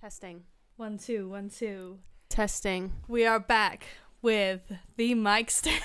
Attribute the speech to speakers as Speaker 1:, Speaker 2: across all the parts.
Speaker 1: Testing.
Speaker 2: One, two, one, two.
Speaker 1: Testing.
Speaker 2: We are back with the mic stands.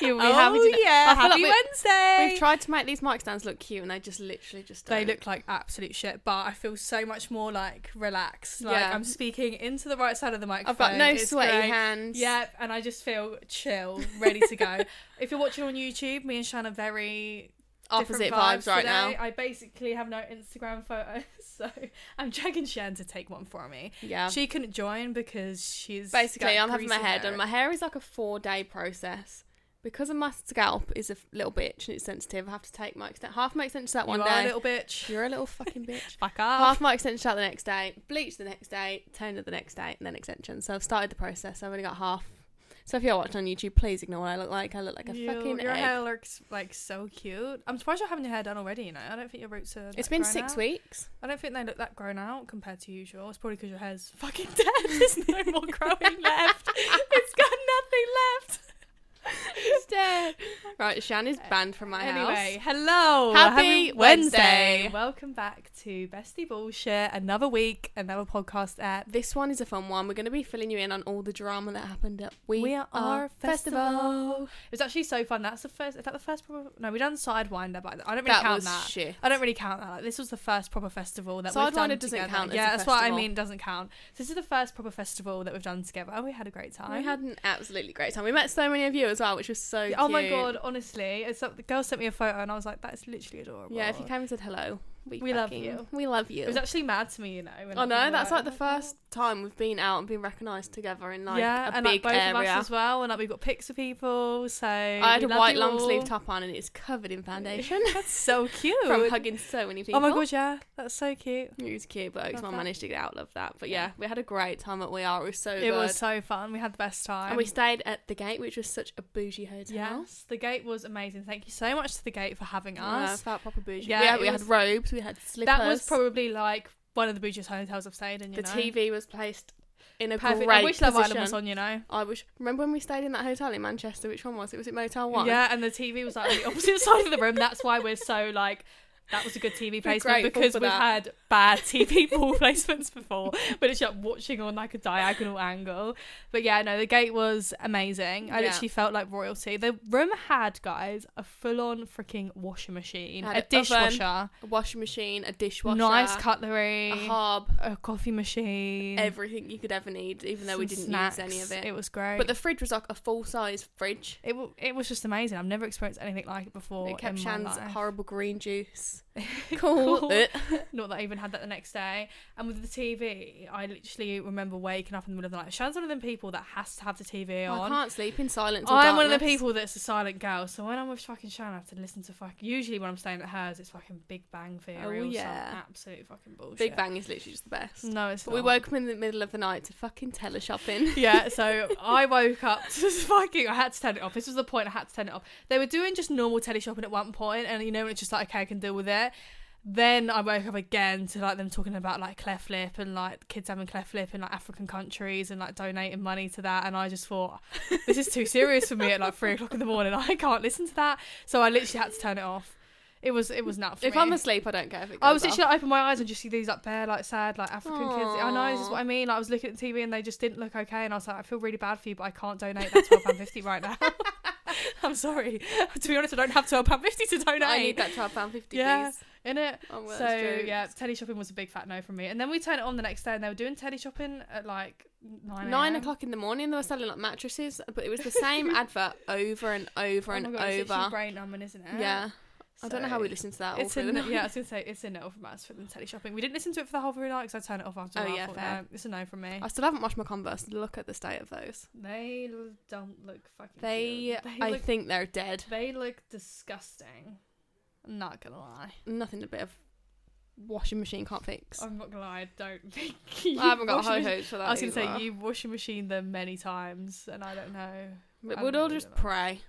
Speaker 1: Here we
Speaker 2: oh,
Speaker 1: have it.
Speaker 2: yeah.
Speaker 1: I feel like
Speaker 2: Happy
Speaker 1: we-
Speaker 2: Wednesday.
Speaker 1: We've tried to make these mic stands look cute and they just literally just
Speaker 2: they
Speaker 1: don't.
Speaker 2: look like absolute shit, but I feel so much more like relaxed. Like
Speaker 1: Yeah.
Speaker 2: I'm speaking into the right side of the microphone.
Speaker 1: I've got no
Speaker 2: It's
Speaker 1: sweaty
Speaker 2: great.
Speaker 1: hands.
Speaker 2: Yep, and I just feel chill, ready to go. if you're watching on YouTube, me and Shan are very
Speaker 1: Opposite
Speaker 2: different
Speaker 1: vibes, right
Speaker 2: today.
Speaker 1: now.
Speaker 2: I basically have no Instagram photos, so I'm dragging Shan to take one for me.
Speaker 1: Yeah.
Speaker 2: She couldn't join because she's
Speaker 1: Basically,
Speaker 2: got
Speaker 1: I'm having my
Speaker 2: greasy
Speaker 1: hair
Speaker 2: hair.
Speaker 1: done. My hair is like a four day process. Because of my scalp is a f- little bitch and it's sensitive, I have to take my extent- half my extensions out one
Speaker 2: you are
Speaker 1: day.
Speaker 2: a little bitch.
Speaker 1: You're a little fucking bitch.
Speaker 2: Back off.
Speaker 1: half my extensions out the next day, bleach the next day, toner the next day, and then extension. So I've started the process. I've only got half. So if you're watching on YouTube, please ignore what I look like. I look like a
Speaker 2: You-
Speaker 1: fucking
Speaker 2: your
Speaker 1: egg.
Speaker 2: hair looks like so cute. I'm surprised you're having your hair done already. You know, I don't think your roots are.
Speaker 1: It's
Speaker 2: that
Speaker 1: been
Speaker 2: grown
Speaker 1: six
Speaker 2: out.
Speaker 1: weeks.
Speaker 2: I don't think they look that grown out compared to usual. It's probably because your hair's fucking dead. There's no more growing left. It's got nothing left.
Speaker 1: It's dead. Right, Shan is banned from my
Speaker 2: anyway,
Speaker 1: house.
Speaker 2: hello.
Speaker 1: Happy Wednesday.
Speaker 2: Welcome back to Bestie Bullshit. Another week, another podcast at
Speaker 1: This one is a fun one. We're going to be filling you in on all the drama that happened at We,
Speaker 2: We Are,
Speaker 1: Are
Speaker 2: Festival. It was actually so fun. That's the first. Is that the first proper? No, we done Sidewinder, but I don't really
Speaker 1: that
Speaker 2: count
Speaker 1: was
Speaker 2: that.
Speaker 1: shit.
Speaker 2: I don't really count that. Like, this was the first proper festival that we've done
Speaker 1: Sidewinder doesn't
Speaker 2: together.
Speaker 1: count as
Speaker 2: yeah,
Speaker 1: a
Speaker 2: that's what I
Speaker 1: festival.
Speaker 2: mean. Doesn't count. So this is the first proper festival that we've done together, and we had a great time.
Speaker 1: We had an absolutely great time. We met so many of you as well, which was so
Speaker 2: Oh my
Speaker 1: cute.
Speaker 2: god! Honestly, it's like, the girl sent me a photo, and I was like, "That's literally adorable."
Speaker 1: Yeah, if you came and said hello, we,
Speaker 2: We love
Speaker 1: fucking-
Speaker 2: you.
Speaker 1: We love you.
Speaker 2: It was actually mad to me, you know. when
Speaker 1: I
Speaker 2: we
Speaker 1: know
Speaker 2: were
Speaker 1: that's like the
Speaker 2: "Oh my God."
Speaker 1: first time we've been out and been recognised together in like
Speaker 2: yeah,
Speaker 1: a
Speaker 2: and
Speaker 1: big
Speaker 2: like both
Speaker 1: area.
Speaker 2: of us as well, and like we got pics of people. So
Speaker 1: I had a white long sleeve top on and it's covered in foundation
Speaker 2: That's so cute.
Speaker 1: from hugging so many people.
Speaker 2: oh my god, yeah, that's so cute.
Speaker 1: it was cute, but
Speaker 2: Love
Speaker 1: Oaksman
Speaker 2: that.
Speaker 1: managed to get out. Love that, but
Speaker 2: Yeah.
Speaker 1: yeah, we had a great time at We Are. It was so
Speaker 2: It
Speaker 1: good,
Speaker 2: was so fun. We had the best
Speaker 1: Oh
Speaker 2: time.
Speaker 1: and we stayed at the Gate, which was such a bougie hotel.
Speaker 2: yes, the gate was amazing. Thank you so much to the gate for having
Speaker 1: Yeah,
Speaker 2: us.
Speaker 1: felt proper bougie.
Speaker 2: Yeah,
Speaker 1: Yeah,
Speaker 2: it
Speaker 1: we,
Speaker 2: was-
Speaker 1: had robes, we had slippers.
Speaker 2: that was probably like one of the bougiest hotels I've stayed in. You
Speaker 1: the
Speaker 2: know?
Speaker 1: TV was placed in a
Speaker 2: Perfect.
Speaker 1: great
Speaker 2: I wish Love
Speaker 1: position.
Speaker 2: Island was on. You know.
Speaker 1: I wish. Remember when we stayed in that hotel in Manchester? Which one was it? Was it Motel One?
Speaker 2: Yeah, and the TV was like on the opposite side of the room. That's why we're so like. That was a good TV placement
Speaker 1: grateful
Speaker 2: because
Speaker 1: for
Speaker 2: we've
Speaker 1: that.
Speaker 2: had bad TV ball placements before, but it's like watching on like a diagonal angle. But yeah, no, the gate was amazing. I
Speaker 1: Yeah.
Speaker 2: literally felt like royalty. The room had, guys, a full on freaking washer machine,
Speaker 1: Had an
Speaker 2: a
Speaker 1: oven,
Speaker 2: dishwasher,
Speaker 1: a washing machine, a dishwasher,
Speaker 2: nice
Speaker 1: a
Speaker 2: cutlery,
Speaker 1: hob,
Speaker 2: a coffee machine.
Speaker 1: everything you could ever need, even though we
Speaker 2: some
Speaker 1: didn't
Speaker 2: snacks.
Speaker 1: use any of it.
Speaker 2: It was great.
Speaker 1: but the fridge was like a full size fridge.
Speaker 2: it, w- it was just amazing. I've never experienced anything like it before.
Speaker 1: It kept
Speaker 2: Oh, in my
Speaker 1: Shan's
Speaker 2: life.
Speaker 1: horrible green juice. Cool.
Speaker 2: Cool.
Speaker 1: it.
Speaker 2: Not that I even had that the next day. And with the TV, I literally remember waking up in the middle of the night. Shan's one of them people that has to have the TV
Speaker 1: Oh, I
Speaker 2: on.
Speaker 1: can't sleep in silence. Or
Speaker 2: I'm one of the
Speaker 1: darkness.
Speaker 2: people that's a silent girl, so when I'm with fucking Shan, I have to listen to fuck. Usually, when I'm staying at hers, it's fucking Big Bang Theory
Speaker 1: Oh,
Speaker 2: or some
Speaker 1: yeah.
Speaker 2: absolute fucking bullshit.
Speaker 1: Big Bang is literally just the best.
Speaker 2: No, it's
Speaker 1: But we
Speaker 2: not.
Speaker 1: woke up in the middle of the night to fucking teleshopping.
Speaker 2: yeah, so I woke up to fucking. I had to turn it off. This was the point I had to turn it off. They were doing just normal telly shopping at one point, and you know, it's just like okay, I can deal with it. Then I woke up again to like them talking about like cleft lip and like kids having cleft lip in like African countries and like donating money to that, and I just thought this is too serious for me at like three o'clock in the morning. I can't listen to that, so I literally had to turn it off. It was it was nuts.
Speaker 1: if I'm asleep, I don't care if it goes
Speaker 2: I was
Speaker 1: off.
Speaker 2: literally like, open my eyes and just see these like bare, like sad, like African kids. I know this is
Speaker 1: Aw.
Speaker 2: what I mean. Like, I was looking at the TV and they just didn't look okay, and I was like, I feel really bad for you, but I can't donate that twelve pound fifty right now. I'm sorry. to be honest, I don't have twelve pound fifty to donate.
Speaker 1: I need that twelve pound fifty,
Speaker 2: "Oh, Yeah.
Speaker 1: please.
Speaker 2: In it.
Speaker 1: Oh, well,
Speaker 2: so
Speaker 1: that's true.
Speaker 2: yeah, telly shopping was a big fat no from me. And then we turned it on the next day, and they were doing telly shopping at like nine.
Speaker 1: Nine
Speaker 2: a.m.
Speaker 1: o'clock in the morning, they were selling like mattresses, but it was the same advert over and over
Speaker 2: Oh
Speaker 1: and
Speaker 2: my God, It's
Speaker 1: over.
Speaker 2: literally brain numbing, isn't it?
Speaker 1: Yeah, I don't know how we
Speaker 2: So-
Speaker 1: listened to that.
Speaker 2: It's
Speaker 1: all through
Speaker 2: in
Speaker 1: the
Speaker 2: the,
Speaker 1: night.
Speaker 2: yeah, I was gonna say it's in no from us for the telly shopping. We didn't listen to it for the whole three night because I turned it off after.
Speaker 1: Oh,
Speaker 2: a while. I
Speaker 1: yeah,
Speaker 2: thought,
Speaker 1: fair.
Speaker 2: no, it's a no from me.
Speaker 1: I still haven't washed my Converse. Look at the state of those.
Speaker 2: They l- don't look fucking.
Speaker 1: They,
Speaker 2: cute.
Speaker 1: I
Speaker 2: look,
Speaker 1: think they're dead.
Speaker 2: they look disgusting. I'm not gonna lie.
Speaker 1: Nothing a bit of washing machine can't fix.
Speaker 2: I'm not gonna lie. I don't think Oh, you
Speaker 1: I haven't got
Speaker 2: washing
Speaker 1: high
Speaker 2: mach-
Speaker 1: hopes for that.
Speaker 2: I was gonna
Speaker 1: either.
Speaker 2: say you washing machine them many times, and I don't know.
Speaker 1: But
Speaker 2: I
Speaker 1: we'll
Speaker 2: don't
Speaker 1: all
Speaker 2: know
Speaker 1: just
Speaker 2: either.
Speaker 1: pray.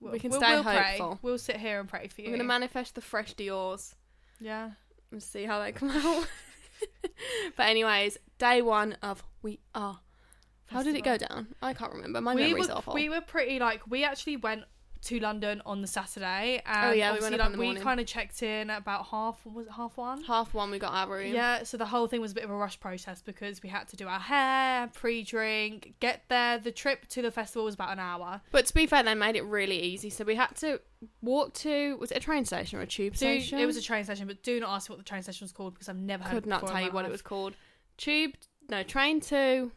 Speaker 2: We'll,
Speaker 1: We can
Speaker 2: we'll,
Speaker 1: stay
Speaker 2: we'll pray.
Speaker 1: hopeful.
Speaker 2: We'll sit here and pray for you.
Speaker 1: We're gonna manifest the fresh Dior's
Speaker 2: yeah.
Speaker 1: and see how they come out. but anyways, day one of we are. How did it go
Speaker 2: Festival.
Speaker 1: down? I can't remember. My
Speaker 2: we
Speaker 1: memory's
Speaker 2: were,
Speaker 1: awful.
Speaker 2: We were pretty like we actually went to London on the Saturday. And
Speaker 1: Oh, yeah, we
Speaker 2: obviously,
Speaker 1: went up
Speaker 2: like,
Speaker 1: in the
Speaker 2: we
Speaker 1: morning.
Speaker 2: kind of checked in at about half. Was it half one?
Speaker 1: Half one, we got our room.
Speaker 2: Yeah, so the whole thing was a bit of a rush process because we had to do our hair, pre drink, get there. The trip to the festival was about an hour.
Speaker 1: But to be fair, they made it really easy. So we had to walk to was it a train station or a tube
Speaker 2: Do,
Speaker 1: station?
Speaker 2: it was a train session, but do not ask me what the train session was called because I've never heard
Speaker 1: could
Speaker 2: it
Speaker 1: not
Speaker 2: before in
Speaker 1: tell
Speaker 2: my
Speaker 1: you what it
Speaker 2: life.
Speaker 1: was called. Tube no train to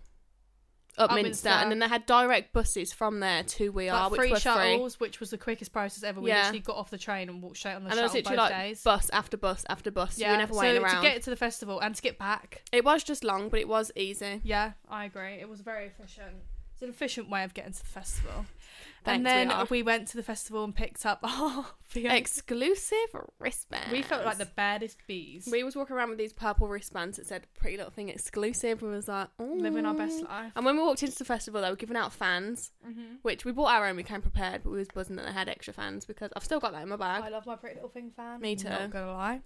Speaker 1: Upminster,
Speaker 2: Upminster.
Speaker 1: and then they had direct buses from there to We Are,
Speaker 2: Like
Speaker 1: which
Speaker 2: free
Speaker 1: were free.
Speaker 2: shuttles, which was the quickest process ever. We
Speaker 1: Yeah.
Speaker 2: literally got off the train and walked straight on the
Speaker 1: and it was
Speaker 2: shuttle
Speaker 1: literally
Speaker 2: both
Speaker 1: like
Speaker 2: days.
Speaker 1: bus after bus after bus. Yeah, you were never waiting
Speaker 2: so
Speaker 1: around.
Speaker 2: to get to the festival and to get back.
Speaker 1: It was just long, but it was easy.
Speaker 2: Yeah, I agree. It was very efficient. It's an efficient way of getting to the festival.
Speaker 1: Thanks,
Speaker 2: and
Speaker 1: we
Speaker 2: then
Speaker 1: are.
Speaker 2: we, went to the festival and picked up our fiance.
Speaker 1: Exclusive wristbands.
Speaker 2: We felt like the baddest bees.
Speaker 1: we was walking around with these purple wristbands that said "Pretty Little Thing Exclusive." We was like, oh.
Speaker 2: living our best life.
Speaker 1: And when we walked into the festival, they were giving out fans,
Speaker 2: Mm-hmm.
Speaker 1: which we bought our own. We came prepared, but we was buzzing that they had extra fans because I've still got that in my bag.
Speaker 2: I love my Pretty Little Thing fan.
Speaker 1: Me too.
Speaker 2: Not gonna lie,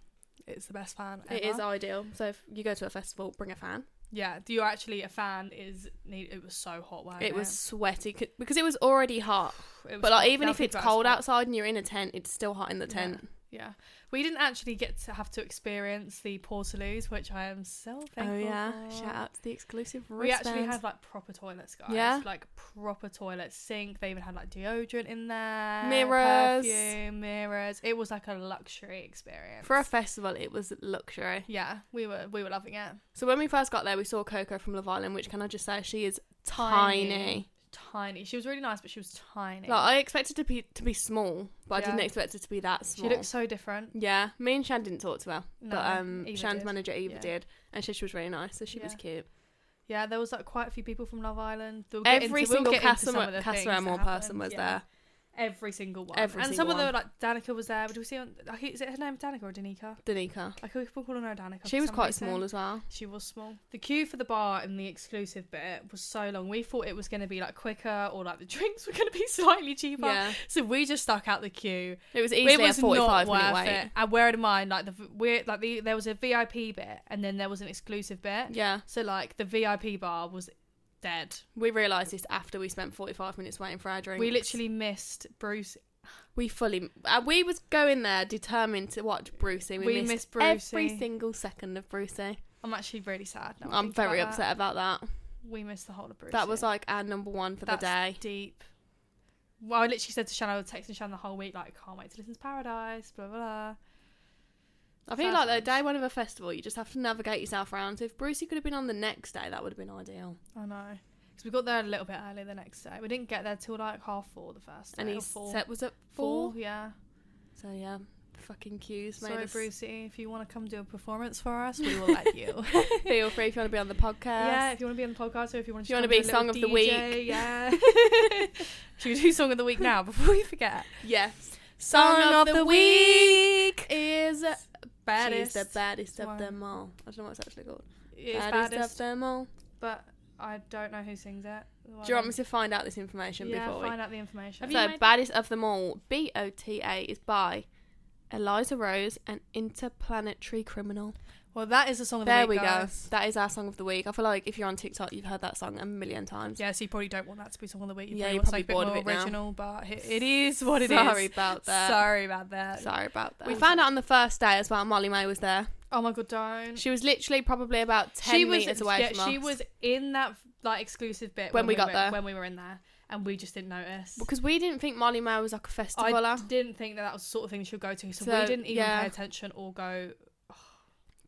Speaker 2: it's the best fan. Ever.
Speaker 1: It is ideal. So if you go to a festival, bring a fan.
Speaker 2: Yeah, you're actually a fan. Is need. It was so hot. Wasn't
Speaker 1: it was sweaty 'cause- because it was already hot. But like, even if it's cold
Speaker 2: outside.
Speaker 1: outside and you're in a tent, it's still hot in the
Speaker 2: Yeah.
Speaker 1: tent.
Speaker 2: Yeah, we didn't actually get to have to experience the Portaloos, which I am so thankful.
Speaker 1: Oh yeah!
Speaker 2: for.
Speaker 1: Shout out to the exclusive
Speaker 2: We
Speaker 1: wristbands.
Speaker 2: actually had like proper toilets, guys.
Speaker 1: Yeah.
Speaker 2: like proper toilet sink. They even had like deodorant in there,
Speaker 1: Mirrors.
Speaker 2: perfume, mirrors. It was like a luxury experience
Speaker 1: for a festival. It was luxury.
Speaker 2: yeah, we were we were loving it.
Speaker 1: So when we first got there, we saw Coco from Love Island, which can I just say she is tiny.
Speaker 2: tiny. She was really nice, but she was tiny.
Speaker 1: Like I expected to be to be small, but I
Speaker 2: Yeah.
Speaker 1: didn't expect her to be that
Speaker 2: she
Speaker 1: small.
Speaker 2: looked so different.
Speaker 1: yeah, me and Shan didn't talk to her,
Speaker 2: No,
Speaker 1: but um,
Speaker 2: Eva
Speaker 1: Shan's
Speaker 2: did.
Speaker 1: manager Eva
Speaker 2: Yeah.
Speaker 1: did, and she, she was really nice, so she was
Speaker 2: Yeah.
Speaker 1: cute.
Speaker 2: Yeah, there was like quite a few people from Love Island. We'll get
Speaker 1: Every
Speaker 2: into- we'll
Speaker 1: single
Speaker 2: get into some of
Speaker 1: customer,
Speaker 2: the
Speaker 1: customer
Speaker 2: things
Speaker 1: and
Speaker 2: that
Speaker 1: more person
Speaker 2: happened.
Speaker 1: was
Speaker 2: Yeah.
Speaker 1: there.
Speaker 2: Every single one.
Speaker 1: Every
Speaker 2: and
Speaker 1: single
Speaker 2: some of them, like Danica was there. Did we see on? I think- Is it her name Danica or Danica?
Speaker 1: Danica,
Speaker 2: I could we calling her Danica.
Speaker 1: she
Speaker 2: for
Speaker 1: was
Speaker 2: some
Speaker 1: quite
Speaker 2: reason.
Speaker 1: small as well.
Speaker 2: She was small. The queue for the bar in the exclusive bit was so long. We thought it was going to be like quicker or like the drinks were going to be slightly cheaper.
Speaker 1: Yeah,
Speaker 2: So we just stuck out the queue.
Speaker 1: it was easily
Speaker 2: it was
Speaker 1: a forty-five
Speaker 2: not worth
Speaker 1: minute wait.
Speaker 2: it. And bear in mind, like the we're like the there was a VIP bit and then there was an exclusive bit.
Speaker 1: Yeah,
Speaker 2: So like the VIP bar was dead.
Speaker 1: we realised this after we spent forty-five minutes waiting for our drinks.
Speaker 2: We literally missed Bruce.
Speaker 1: we fully, uh, we was going there determined to watch Brucey. We,
Speaker 2: We
Speaker 1: missed,
Speaker 2: missed Brucey.
Speaker 1: every single second of Brucey.
Speaker 2: I'm actually really sad. Now I
Speaker 1: I'm
Speaker 2: think about
Speaker 1: very
Speaker 2: that.
Speaker 1: upset about that.
Speaker 2: We missed the whole of Bruce.
Speaker 1: That was like our number one for the day.
Speaker 2: Deep. Well, I literally said to Shannon, I was texting Shannon the whole week, like, can't wait to listen to Paradise, blah, blah, blah.
Speaker 1: I feel
Speaker 2: Sad
Speaker 1: like the
Speaker 2: times.
Speaker 1: day one of a festival, you just have to navigate yourself around. So if Brucey could have been on the next day, that would have been ideal.
Speaker 2: I know. Because we got there a little bit early the next day. We didn't get there till like half four the first day.
Speaker 1: And
Speaker 2: or
Speaker 1: his
Speaker 2: four.
Speaker 1: set was at
Speaker 2: four,
Speaker 1: four.
Speaker 2: yeah.
Speaker 1: So yeah, the fucking cues made
Speaker 2: Sorry,
Speaker 1: us
Speaker 2: Brucey, if you want to come do a performance for us, we will let you.
Speaker 1: feel free if you want to be on the podcast.
Speaker 2: yeah, if you want to be on the podcast or if you want
Speaker 1: If
Speaker 2: to
Speaker 1: you wanna be Song of the Week.
Speaker 2: Yeah. Should we do Song of the Week now before we forget?
Speaker 1: Yes. Song, of, the, week is
Speaker 2: Baddest.
Speaker 1: She's the baddest of
Speaker 2: one.
Speaker 1: them all. I don't know what it's actually called.
Speaker 2: It's
Speaker 1: baddest,
Speaker 2: baddest.
Speaker 1: of them all.
Speaker 2: but I don't know who sings it.
Speaker 1: Do you want me to find out this information
Speaker 2: yeah,
Speaker 1: before
Speaker 2: find out the information.
Speaker 1: we? So baddest of them all, B O T A, is by Eliza Rose, an interplanetary criminal.
Speaker 2: well, that is the song of
Speaker 1: There
Speaker 2: the
Speaker 1: we
Speaker 2: week,
Speaker 1: go.
Speaker 2: guys.
Speaker 1: That is our song of the week. I feel like if you're on TikTok, you've heard that song a million times.
Speaker 2: Yeah, so you probably don't want that to be song of the week. You
Speaker 1: Yeah,
Speaker 2: probably
Speaker 1: you're
Speaker 2: want something
Speaker 1: probably bored
Speaker 2: a bit
Speaker 1: of
Speaker 2: more
Speaker 1: it now.
Speaker 2: original, but it, it is what it is.
Speaker 1: Sorry about that.
Speaker 2: Sorry about that.
Speaker 1: Sorry about that. We
Speaker 2: We
Speaker 1: found
Speaker 2: found
Speaker 1: out on the first day as well. Molly May was there.
Speaker 2: Oh my god, don't.
Speaker 1: She was literally probably about ten meters away
Speaker 2: yeah,
Speaker 1: from us.
Speaker 2: she was in that like exclusive bit
Speaker 1: When we got
Speaker 2: were,
Speaker 1: there.
Speaker 2: When we were in there, and we just didn't notice.
Speaker 1: because we didn't think Molly May was like a
Speaker 2: I
Speaker 1: festivaler.
Speaker 2: didn't think that that was the sort of thing she would go to, so,
Speaker 1: So,
Speaker 2: we didn't even
Speaker 1: yeah.
Speaker 2: pay attention or go.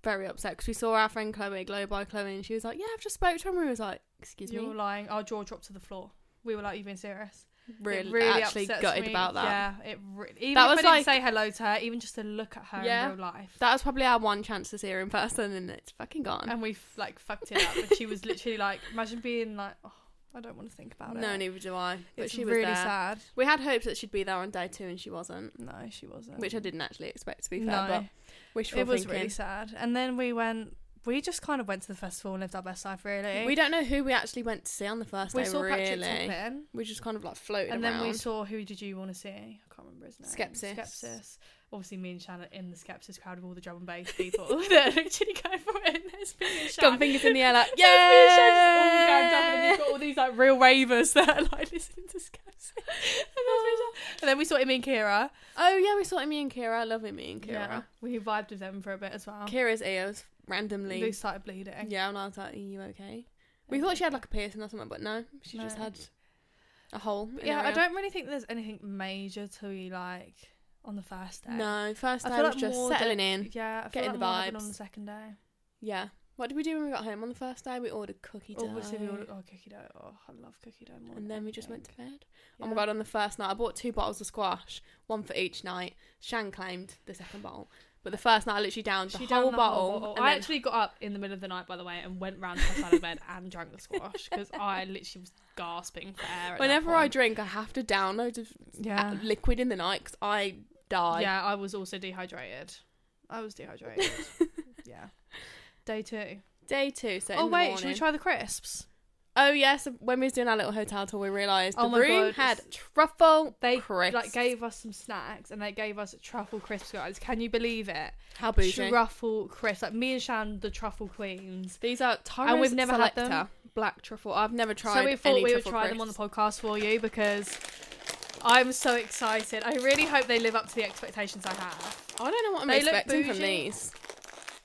Speaker 1: Very upset because we saw our friend Chloe, Glow by Chloe, and she was like, "Yeah, I've just spoke to her." And we was like, "Excuse
Speaker 2: You're
Speaker 1: me,
Speaker 2: lying. Our jaw dropped to the floor. We were like, "You've been serious." It
Speaker 1: really, actually
Speaker 2: upsets
Speaker 1: gutted
Speaker 2: me.
Speaker 1: about that."
Speaker 2: Yeah, it really. Even
Speaker 1: That
Speaker 2: if
Speaker 1: was
Speaker 2: I didn't
Speaker 1: like-
Speaker 2: say hello to her, even just to look at her
Speaker 1: Yeah.
Speaker 2: in real life,
Speaker 1: That was probably our one chance to see her in person, and it's fucking gone.
Speaker 2: and we f- like fucked it up. And she was literally like, imagine being like, oh, I don't want to think about it.
Speaker 1: No, neither do I. But
Speaker 2: Oh, it's
Speaker 1: she was
Speaker 2: really
Speaker 1: there.
Speaker 2: sad.
Speaker 1: We had hopes that she'd be there on day two, and she wasn't,
Speaker 2: No, she wasn't.
Speaker 1: which I didn't actually expect to be fair.
Speaker 2: No,
Speaker 1: But wishful
Speaker 2: it was
Speaker 1: thinking.
Speaker 2: really sad. And then we went. We just kind of went to the festival and lived our best life, really.
Speaker 1: We don't know who we actually went to see on the first
Speaker 2: We
Speaker 1: day,
Speaker 2: saw
Speaker 1: really.
Speaker 2: Patrick Toppin,
Speaker 1: We just kind of like floated
Speaker 2: and then
Speaker 1: around.
Speaker 2: we saw who did you want to see? I can't remember his name.
Speaker 1: Skepsis.
Speaker 2: Skepsis. Obviously, me and Shannon in the Skepsis crowd of all the drum and bass people that are literally going for it. And there's me and
Speaker 1: Gun
Speaker 2: Shan.
Speaker 1: fingers in the air, like,
Speaker 2: There's me and Shan just all going down, and
Speaker 1: yeah.
Speaker 2: you've got all these like real ravers that are like listening to Skepsis. And there's me and Shan, And then we saw Imi and Kira.
Speaker 1: Oh yeah, we saw Imi and Kira. I love Imi and Kira.
Speaker 2: Yeah, we vibed with them for a bit as well.
Speaker 1: Kira's ears
Speaker 2: They
Speaker 1: randomly.
Speaker 2: started bleeding.
Speaker 1: Yeah, and I was like, "Are you okay?" We thought she had like a piercing or something, but no, she just
Speaker 2: No.
Speaker 1: had a hole. in
Speaker 2: Yeah,
Speaker 1: her
Speaker 2: I
Speaker 1: ear.
Speaker 2: don't really think there's anything major to be like on the first day.
Speaker 1: No, first
Speaker 2: I
Speaker 1: day
Speaker 2: feel
Speaker 1: was
Speaker 2: like
Speaker 1: just
Speaker 2: more
Speaker 1: settling in.
Speaker 2: Yeah, I feel
Speaker 1: Getting
Speaker 2: like
Speaker 1: the
Speaker 2: more happened
Speaker 1: vibes.
Speaker 2: on the second day.
Speaker 1: Yeah. What did we do when we got home on the first day? We ordered cookie dough.
Speaker 2: Obviously, we ordered oh, cookie dough. Oh, I love cookie dough more.
Speaker 1: and
Speaker 2: than
Speaker 1: then we just went to
Speaker 2: anything.
Speaker 1: bed. Oh my
Speaker 2: Yeah.
Speaker 1: god! On the first night, I bought two bottles of squash, one for each night. Shan claimed the second bottle, but the first night I literally downed the
Speaker 2: She
Speaker 1: whole
Speaker 2: downed the
Speaker 1: bottle.
Speaker 2: whole bottle.
Speaker 1: and
Speaker 2: I
Speaker 1: then-
Speaker 2: actually got up in the middle of the night, by the way, and went round to her side of bed and drank the squash because I literally was gasping for air. At
Speaker 1: whenever
Speaker 2: that
Speaker 1: I
Speaker 2: point.
Speaker 1: drink, I have to down loads of uh,
Speaker 2: yeah,
Speaker 1: liquid in the night because I die.
Speaker 2: yeah, I was also dehydrated. I was dehydrated. yeah. Day two.
Speaker 1: Day two. So in
Speaker 2: oh
Speaker 1: the
Speaker 2: wait, should we
Speaker 1: morning-
Speaker 2: try the crisps?
Speaker 1: Oh yes, when we was doing our little hotel tour, we realised the
Speaker 2: Oh my
Speaker 1: room
Speaker 2: God.
Speaker 1: had truffle
Speaker 2: They
Speaker 1: crisps.
Speaker 2: like gave us some snacks and they gave us truffle crisps, guys. Can you believe it?
Speaker 1: How bougie.
Speaker 2: Truffle crisps, like me and Shan, the truffle queens.
Speaker 1: These are Torres
Speaker 2: we've never had
Speaker 1: Selector
Speaker 2: them.
Speaker 1: Black truffle. I've never tried.
Speaker 2: so we thought
Speaker 1: any
Speaker 2: we would
Speaker 1: truffle
Speaker 2: try them on the
Speaker 1: crisps.
Speaker 2: podcast for you because I'm so excited. I really hope they live up to the expectations I have.
Speaker 1: I don't know what I'm
Speaker 2: They look
Speaker 1: expecting from
Speaker 2: bougie.
Speaker 1: these.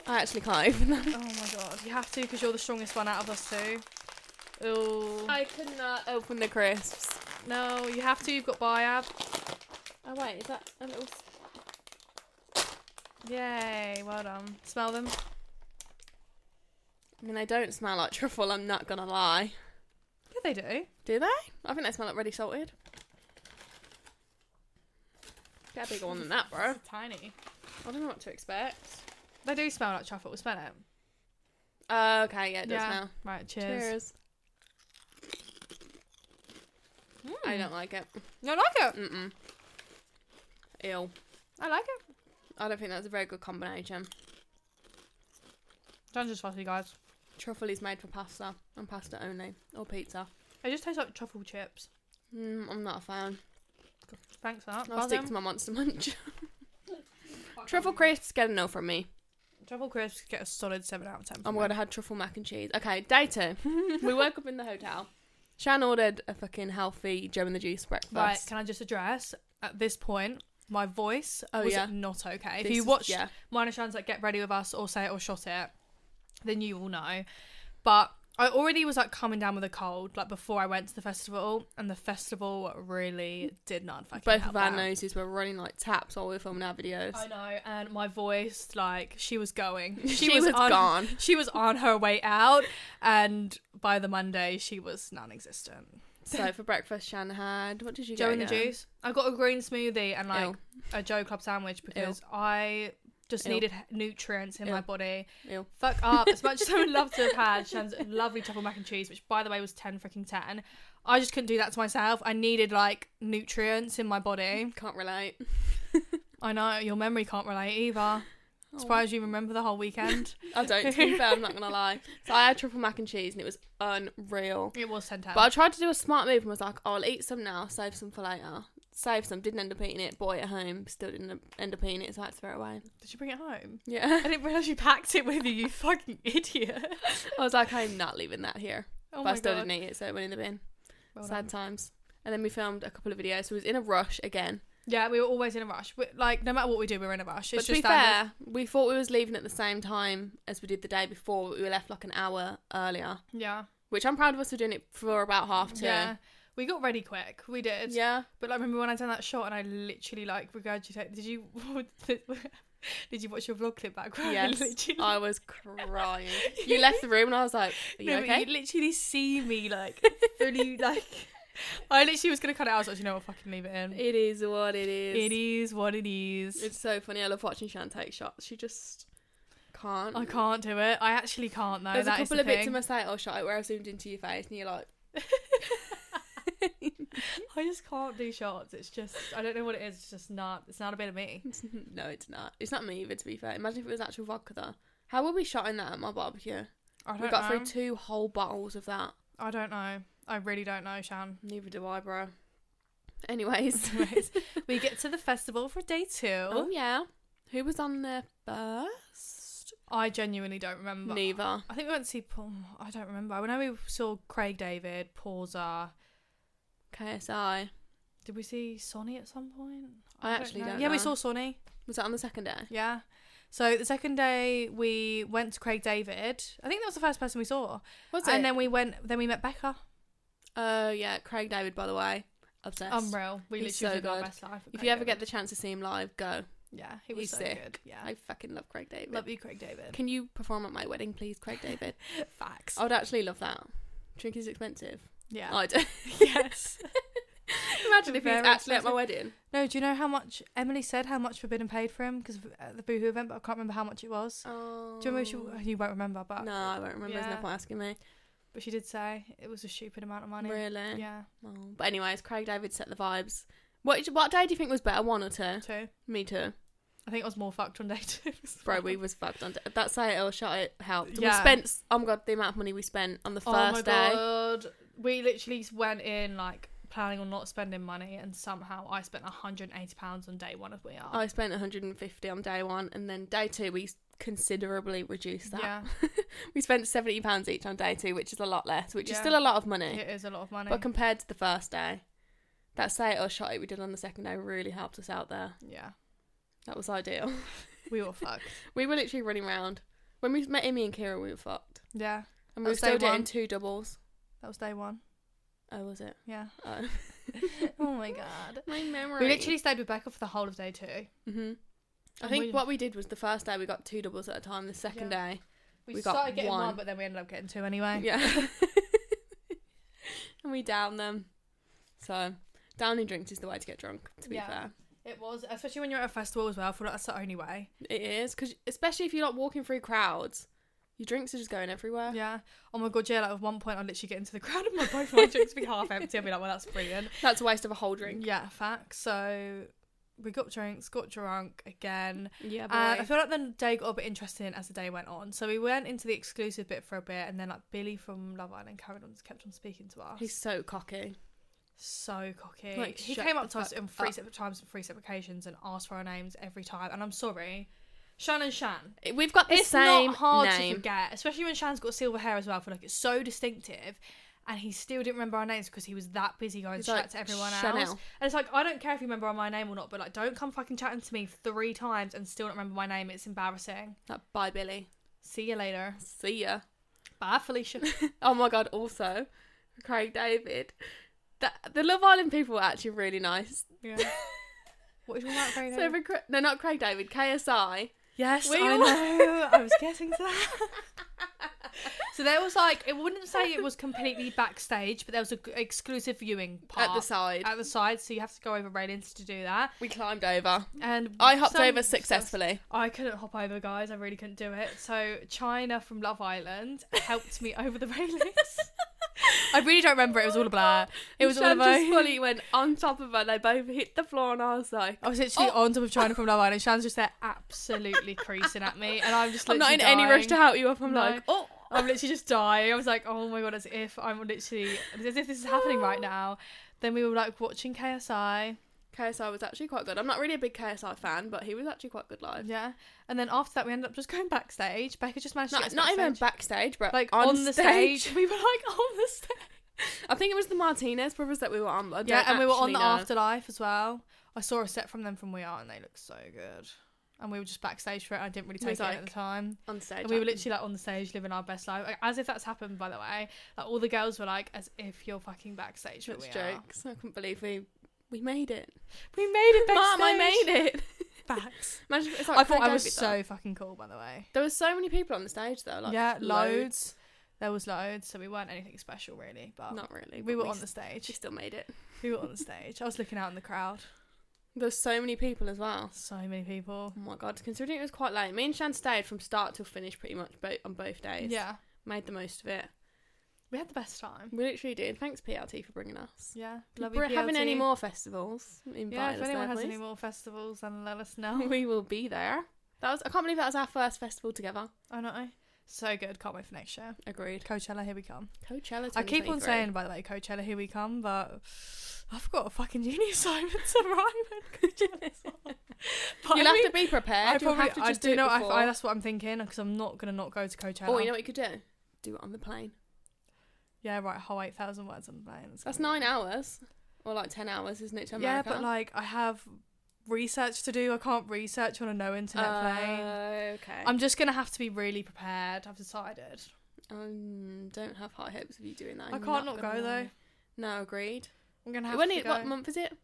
Speaker 1: I actually can't open them.
Speaker 2: Oh my god, you have to because you're the strongest one out of us two. Oh
Speaker 1: I could not open the crisps.
Speaker 2: no, you have to. You've got biab.
Speaker 1: Oh wait, is that a little?
Speaker 2: Yay! Well done. Smell them.
Speaker 1: I mean, they don't smell like truffle. I'm not gonna lie.
Speaker 2: Yeah, they do.
Speaker 1: Do they? I think they smell like ready salted. Get a bigger one than that, bro.
Speaker 2: It's Tiny.
Speaker 1: I don't know what to expect.
Speaker 2: They do smell like truffle. Smell it.
Speaker 1: Oh, okay, yeah, it does now.
Speaker 2: Right.
Speaker 1: Cheers.
Speaker 2: Cheers. Mm.
Speaker 1: I don't like it.
Speaker 2: No, I like it.
Speaker 1: Mm-mm. Ew.
Speaker 2: I like it.
Speaker 1: I don't think that's a very good combination.
Speaker 2: Don't just fuss me, guys.
Speaker 1: Truffle is made for pasta and pasta only, or pizza.
Speaker 2: It just tastes like truffle chips.
Speaker 1: Mm, I'm not a fan.
Speaker 2: Thanks for that.
Speaker 1: I'll
Speaker 2: Well
Speaker 1: stick
Speaker 2: done.
Speaker 1: to my monster munch. truffle crisps get a no from me.
Speaker 2: Truffle crisps get a solid seven out of ten.
Speaker 1: Oh
Speaker 2: from
Speaker 1: my
Speaker 2: me.
Speaker 1: god, I had truffle mac and cheese. Okay, day two. we woke up in the hotel. Shan ordered a fucking healthy Joe and the Juice breakfast.
Speaker 2: Right, can I just address at this point my voice
Speaker 1: Oh,
Speaker 2: was
Speaker 1: yeah.
Speaker 2: not okay. If
Speaker 1: This
Speaker 2: you
Speaker 1: is-
Speaker 2: watched
Speaker 1: yeah.
Speaker 2: Minor Shan's like Get Ready With Us or Say It or Shot It, then you will know. But I already was like coming down with a cold like before I went to the festival and the festival really did not fucking
Speaker 1: Both
Speaker 2: help
Speaker 1: of our
Speaker 2: out.
Speaker 1: noses were running like taps while we were filming our videos.
Speaker 2: I know, and my voice like she was going. She,
Speaker 1: She was
Speaker 2: on,
Speaker 1: gone.
Speaker 2: She was on her way out and by the Monday she was non existent.
Speaker 1: so for breakfast, Shan had what did you
Speaker 2: Joe
Speaker 1: get?
Speaker 2: and the
Speaker 1: yeah?
Speaker 2: juice. I got a green smoothie and like
Speaker 1: Ew.
Speaker 2: a Joe Club sandwich because I just
Speaker 1: Ew.
Speaker 2: needed h- nutrients in
Speaker 1: Ew.
Speaker 2: my body.
Speaker 1: Ew.
Speaker 2: Fuck up. As much as I would love to have had Shan's lovely truffle mac and cheese, which by the way was ten freaking ten. I just couldn't do that to myself. I needed like nutrients in my body.
Speaker 1: Can't relate.
Speaker 2: I know your memory can't relate either.
Speaker 1: Oh.
Speaker 2: Surprised you remember the whole weekend.
Speaker 1: I don't. To be fair, I'm not gonna lie. So I had truffle mac and cheese, and it was unreal.
Speaker 2: it was ten ten.
Speaker 1: But I tried to do a smart move and was like, oh, I'll eat some now, save some for later. Save some, didn't end up eating it. Boy at home still didn't end up eating it, so I had to throw it away.
Speaker 2: Did you bring it home?
Speaker 1: Yeah.
Speaker 2: I didn't realize you packed it with you. You fucking idiot.
Speaker 1: I was like, I'm not leaving that here.
Speaker 2: Oh
Speaker 1: but
Speaker 2: my
Speaker 1: I still
Speaker 2: god.
Speaker 1: didn't eat it, so it went in the bin.
Speaker 2: Well done.
Speaker 1: Sad times. And then we filmed a couple of videos. So we was in a rush again.
Speaker 2: Yeah, we were always in a rush. We, like no matter what we do, we're in a rush. It's
Speaker 1: but to be
Speaker 2: just standard.
Speaker 1: fair, we thought we was leaving at the same time as we did the day before, but we were left like an hour earlier.
Speaker 2: Yeah.
Speaker 1: Which I'm proud of us for doing it for about half two.
Speaker 2: Yeah. We got ready quick. We did.
Speaker 1: Yeah.
Speaker 2: But like, remember when I done that shot and I literally like regurgitated? Did you? did you watch your vlog clip back? where I
Speaker 1: Yes.
Speaker 2: literally-
Speaker 1: I was crying. You left the room and I was like, Are you
Speaker 2: no, but
Speaker 1: okay?
Speaker 2: you literally see me like fully like. I literally was gonna cut it out. I was like, you know what? Fucking leave it in.
Speaker 1: It is what it is.
Speaker 2: It is what it is.
Speaker 1: It's so funny. I love watching Shan take shots. She just can't.
Speaker 2: I can't do it. I actually can't though.
Speaker 1: There's a
Speaker 2: That is
Speaker 1: couple
Speaker 2: the
Speaker 1: of bits
Speaker 2: thing.
Speaker 1: in my sight or shot where I zoomed into your face and you're like,
Speaker 2: I just can't do shots. It's just I don't know what it is. It's just not. It's not a bit of me.
Speaker 1: no, it's not. It's not me either, to be fair. Imagine if it was actual vodka, though. How were we shotting that at my barbecue?
Speaker 2: I don't
Speaker 1: We got
Speaker 2: know.
Speaker 1: through two whole bottles of that.
Speaker 2: I don't know. I really don't know, Shan.
Speaker 1: Neither do I, bro. Anyways.
Speaker 2: Anyways, we get to the festival for day two.
Speaker 1: oh, yeah. Who was on there first?
Speaker 2: I genuinely don't remember.
Speaker 1: Neither.
Speaker 2: I think we went to see Paul. I don't remember. I know we saw Craig David, Pausa,
Speaker 1: KSI.
Speaker 2: uh, Did we see Sonny at some point?
Speaker 1: I actually
Speaker 2: know.
Speaker 1: don't
Speaker 2: Yeah, we
Speaker 1: know.
Speaker 2: saw Sonny.
Speaker 1: Was that on the second day?
Speaker 2: Yeah. So the second day we went to Craig David. I think that was the first person we saw.
Speaker 1: Was
Speaker 2: and then we went. Then we met Becca.
Speaker 1: Oh yeah, Craig David. By the way, obsessed.
Speaker 2: Unreal. We
Speaker 1: He's
Speaker 2: literally
Speaker 1: so
Speaker 2: did our
Speaker 1: good.
Speaker 2: best life. at
Speaker 1: if
Speaker 2: Craig
Speaker 1: you ever
Speaker 2: David.
Speaker 1: get the chance to see him live, go.
Speaker 2: yeah, he was
Speaker 1: he's
Speaker 2: so
Speaker 1: sick.
Speaker 2: good. Yeah,
Speaker 1: I fucking love Craig David.
Speaker 2: love you, Craig David.
Speaker 1: Can you perform at my wedding, please, Craig David?
Speaker 2: Facts.
Speaker 1: I would actually love that. Drink is expensive. Oh,
Speaker 2: yeah.
Speaker 1: I do.
Speaker 2: yes.
Speaker 1: Imagine if he was
Speaker 2: Very
Speaker 1: actually at my
Speaker 2: expensive.
Speaker 1: wedding.
Speaker 2: No, do you know how much Emily said how much Forbidden paid for him because at the Boohoo event, but I can't remember how much it was.
Speaker 1: Oh.
Speaker 2: Do you remember? She, oh, you won't remember, but
Speaker 1: No, I won't remember. There's
Speaker 2: Yeah.
Speaker 1: no point asking me.
Speaker 2: but she did say it was a stupid amount of money.
Speaker 1: Really?
Speaker 2: Yeah,
Speaker 1: Oh. But anyways, Craig David set the vibes. What what day do you think was better, one or two?
Speaker 2: too.
Speaker 1: Me too.
Speaker 2: I think I was more fucked on day two.
Speaker 1: Bro, we was fucked on. That's how it all shot. It helped. We
Speaker 2: Yeah.
Speaker 1: spent. Oh my god, the amount of money we spent on the first
Speaker 2: oh my
Speaker 1: day.
Speaker 2: god, we literally just went in like planning on not spending money, and somehow I spent 180 pounds on day one of we are.
Speaker 1: I spent 150 on day one, and then day two we considerably reduced that.
Speaker 2: yeah,
Speaker 1: We spent 70 pounds each on day two, which is a lot less, which is
Speaker 2: Yeah.
Speaker 1: still a lot of money.
Speaker 2: it is a lot of money.
Speaker 1: But compared to the first day, that say it or shot it we did on the second day really helped us out there.
Speaker 2: yeah,
Speaker 1: That was ideal.
Speaker 2: we were fucked.
Speaker 1: we were literally running around. When we met Amy and Kira, we were fucked,
Speaker 2: Yeah,
Speaker 1: and
Speaker 2: That
Speaker 1: we were
Speaker 2: was day
Speaker 1: still doing
Speaker 2: one.
Speaker 1: two doubles.
Speaker 2: that was day one.
Speaker 1: Oh, was it?
Speaker 2: Yeah.
Speaker 1: Oh,
Speaker 2: Oh my god.
Speaker 1: my memory.
Speaker 2: We literally stayed with Becca for the whole of day two.
Speaker 1: hmm I
Speaker 2: And
Speaker 1: think
Speaker 2: we-
Speaker 1: what we did was the first day we got two doubles at a time. The second day,
Speaker 2: We,
Speaker 1: We got
Speaker 2: started getting one.
Speaker 1: one.
Speaker 2: but then we ended up getting two anyway.
Speaker 1: yeah, and we downed them. So downing drinks is the way to get drunk. To be
Speaker 2: Yeah.
Speaker 1: fair,
Speaker 2: It was, especially when you're at a festival as well. I thought that's the only way.
Speaker 1: it is because especially if you're not walking through crowds, your drinks are just going everywhere.
Speaker 2: Yeah. Oh my god, yeah. Like at one point, I literally get into the crowd and my both my drinks be half empty. I'd be like, well, that's brilliant.
Speaker 1: That's a waste of a whole drink.
Speaker 2: Yeah, facts. So we got drinks, got drunk again.
Speaker 1: Yeah,
Speaker 2: Uh, I feel like the day got a bit interesting as the day went on. So we went into the exclusive bit for a bit, and then like Billy from Love Island carried on, kept on speaking to us.
Speaker 1: He's so cocky.
Speaker 2: so cocky.
Speaker 1: Like,
Speaker 2: he
Speaker 1: shut
Speaker 2: came up
Speaker 1: the
Speaker 2: to us
Speaker 1: fuck
Speaker 2: in three
Speaker 1: up.
Speaker 2: separate times and three separate occasions and asked for our names every time. And I'm sorry, Shan and Shan.
Speaker 1: We've got the
Speaker 2: It's
Speaker 1: same
Speaker 2: not hard to
Speaker 1: name.
Speaker 2: forget, especially when Shan's got silver hair as well. I feel like it's so distinctive. And he still didn't remember our names because he was that busy going
Speaker 1: He's
Speaker 2: to
Speaker 1: like,
Speaker 2: chat to everyone
Speaker 1: "Chanel."
Speaker 2: else. And it's like, I don't care if you remember my name or not, but like, don't come fucking chatting to me three times and still not remember my name. It's embarrassing.
Speaker 1: Like, bye, Billy.
Speaker 2: See you later.
Speaker 1: See ya.
Speaker 2: Bye, Felicia.
Speaker 1: Oh my god, also, Craig David. The, the Love Island people were actually really nice.
Speaker 2: yeah. What are you talking about, Fredo?
Speaker 1: So, for, Cra- no, not Craig David, KSI.
Speaker 2: Yes,
Speaker 1: We
Speaker 2: I
Speaker 1: all-
Speaker 2: know. I was getting to that. so there was like, it wouldn't say it was completely backstage, but there was an exclusive viewing part
Speaker 1: At the side.
Speaker 2: At the side, so you have to go over railings to do that.
Speaker 1: We climbed over.
Speaker 2: And
Speaker 1: I hopped
Speaker 2: some
Speaker 1: over
Speaker 2: stuff-
Speaker 1: successfully.
Speaker 2: I couldn't hop over, guys. I really couldn't do it. So China from Love Island helped me over the railings. I really don't remember. It was
Speaker 1: Oh
Speaker 2: all a blur. It was all a
Speaker 1: Shan just
Speaker 2: blur.
Speaker 1: fully went on top of her. They both hit the floor, and I was like,
Speaker 2: I was literally
Speaker 1: Oh.
Speaker 2: on top of China from Love Island. Shan's just there, absolutely creasing at me, and I'm just
Speaker 1: I'm not
Speaker 2: literally
Speaker 1: in any rush
Speaker 2: dying.
Speaker 1: to help you up. I'm
Speaker 2: No.
Speaker 1: like, oh.
Speaker 2: I'm literally just dying. I was like, oh my god, as if I'm literally as if this is happening right now. Then we were like watching KSI.
Speaker 1: KSI was actually quite good. I'm not really a big KSI fan, but he was actually quite good live.
Speaker 2: Yeah. And then after that we ended up just going backstage. Becca just managed to get
Speaker 1: Not,
Speaker 2: us
Speaker 1: not even backstage,
Speaker 2: backstage.
Speaker 1: but
Speaker 2: like
Speaker 1: on,
Speaker 2: on, the stage. We were like on the stage.
Speaker 1: I think it was the Martinez brothers that we were on. But I
Speaker 2: Yeah,
Speaker 1: don't
Speaker 2: and we were on
Speaker 1: actually
Speaker 2: the
Speaker 1: know.
Speaker 2: afterlife as well. I saw a set from them from We Are and they looked so good. And we were just backstage for it. I didn't really
Speaker 1: We
Speaker 2: take
Speaker 1: was
Speaker 2: it in at
Speaker 1: like-
Speaker 2: the time.
Speaker 1: on stage.
Speaker 2: And we were
Speaker 1: like-
Speaker 2: literally like on the stage living our best life. Like, as if that's happened, by the way. Like all the girls were like, as if you're fucking backstage. But
Speaker 1: That's
Speaker 2: we are.
Speaker 1: jokes. I couldn't believe we we made it.
Speaker 2: We made it backstage.
Speaker 1: Mom, I made it.
Speaker 2: Facts.
Speaker 1: Imagine if it's like
Speaker 2: I thought
Speaker 1: Craig
Speaker 2: I was
Speaker 1: David,
Speaker 2: so
Speaker 1: though.
Speaker 2: fucking cool, by the way.
Speaker 1: There were so many people on the stage though. Like
Speaker 2: yeah, loads. There was loads, so we weren't anything special really, but
Speaker 1: Not really.
Speaker 2: we
Speaker 1: but
Speaker 2: were on the
Speaker 1: s- We
Speaker 2: stage.
Speaker 1: still made it.
Speaker 2: We were on the stage. I was looking out in the crowd.
Speaker 1: There were so many people as well.
Speaker 2: So many people.
Speaker 1: Oh my god! Considering it was quite late, me and Shan stayed from start till finish, pretty much both on both days.
Speaker 2: Yeah,
Speaker 1: made the most of it.
Speaker 2: we had the best time.
Speaker 1: We literally did. Thanks PLT for bringing us.
Speaker 2: Yeah,
Speaker 1: If
Speaker 2: love you,
Speaker 1: we're having
Speaker 2: PLT.
Speaker 1: any more festivals, invite
Speaker 2: Yeah, if
Speaker 1: us
Speaker 2: anyone
Speaker 1: there,
Speaker 2: has
Speaker 1: please.
Speaker 2: any more festivals, then let us know.
Speaker 1: we will be there. That was I can't believe that was our first festival together.
Speaker 2: I know. So good. Can't wait for next year.
Speaker 1: Agreed.
Speaker 2: Coachella, here we come.
Speaker 1: Coachella.
Speaker 2: I keep
Speaker 1: 2023.
Speaker 2: on saying, by the way, Coachella, here we come, but I've got a fucking uni assignment to write when Coachella's on. But
Speaker 1: you'll
Speaker 2: I
Speaker 1: have
Speaker 2: mean-
Speaker 1: to be prepared.
Speaker 2: I
Speaker 1: you'll
Speaker 2: probably
Speaker 1: have to
Speaker 2: I
Speaker 1: just
Speaker 2: do, know.
Speaker 1: it
Speaker 2: I,
Speaker 1: before.
Speaker 2: I, that's what I'm thinking because I'm not gonna not go to Coachella.
Speaker 1: Oh, you know what you could do? Do it on the plane.
Speaker 2: yeah, right. Whole eight thousand words on the plane. It's
Speaker 1: That's
Speaker 2: gonna
Speaker 1: nine
Speaker 2: be-
Speaker 1: hours. or like 10 hours, isn't it, to
Speaker 2: yeah,
Speaker 1: America?
Speaker 2: but like I have research to do. I can't research on a no internet plane.
Speaker 1: Oh, Uh, okay.
Speaker 2: I'm just gonna have to be really prepared. I've decided.
Speaker 1: Um, don't have high hopes of you doing that.
Speaker 2: I
Speaker 1: I'm
Speaker 2: can't not
Speaker 1: gonna
Speaker 2: go, though.
Speaker 1: lie. No, agreed.
Speaker 2: I'm gonna have
Speaker 1: when
Speaker 2: to
Speaker 1: it,
Speaker 2: go.
Speaker 1: what month is it?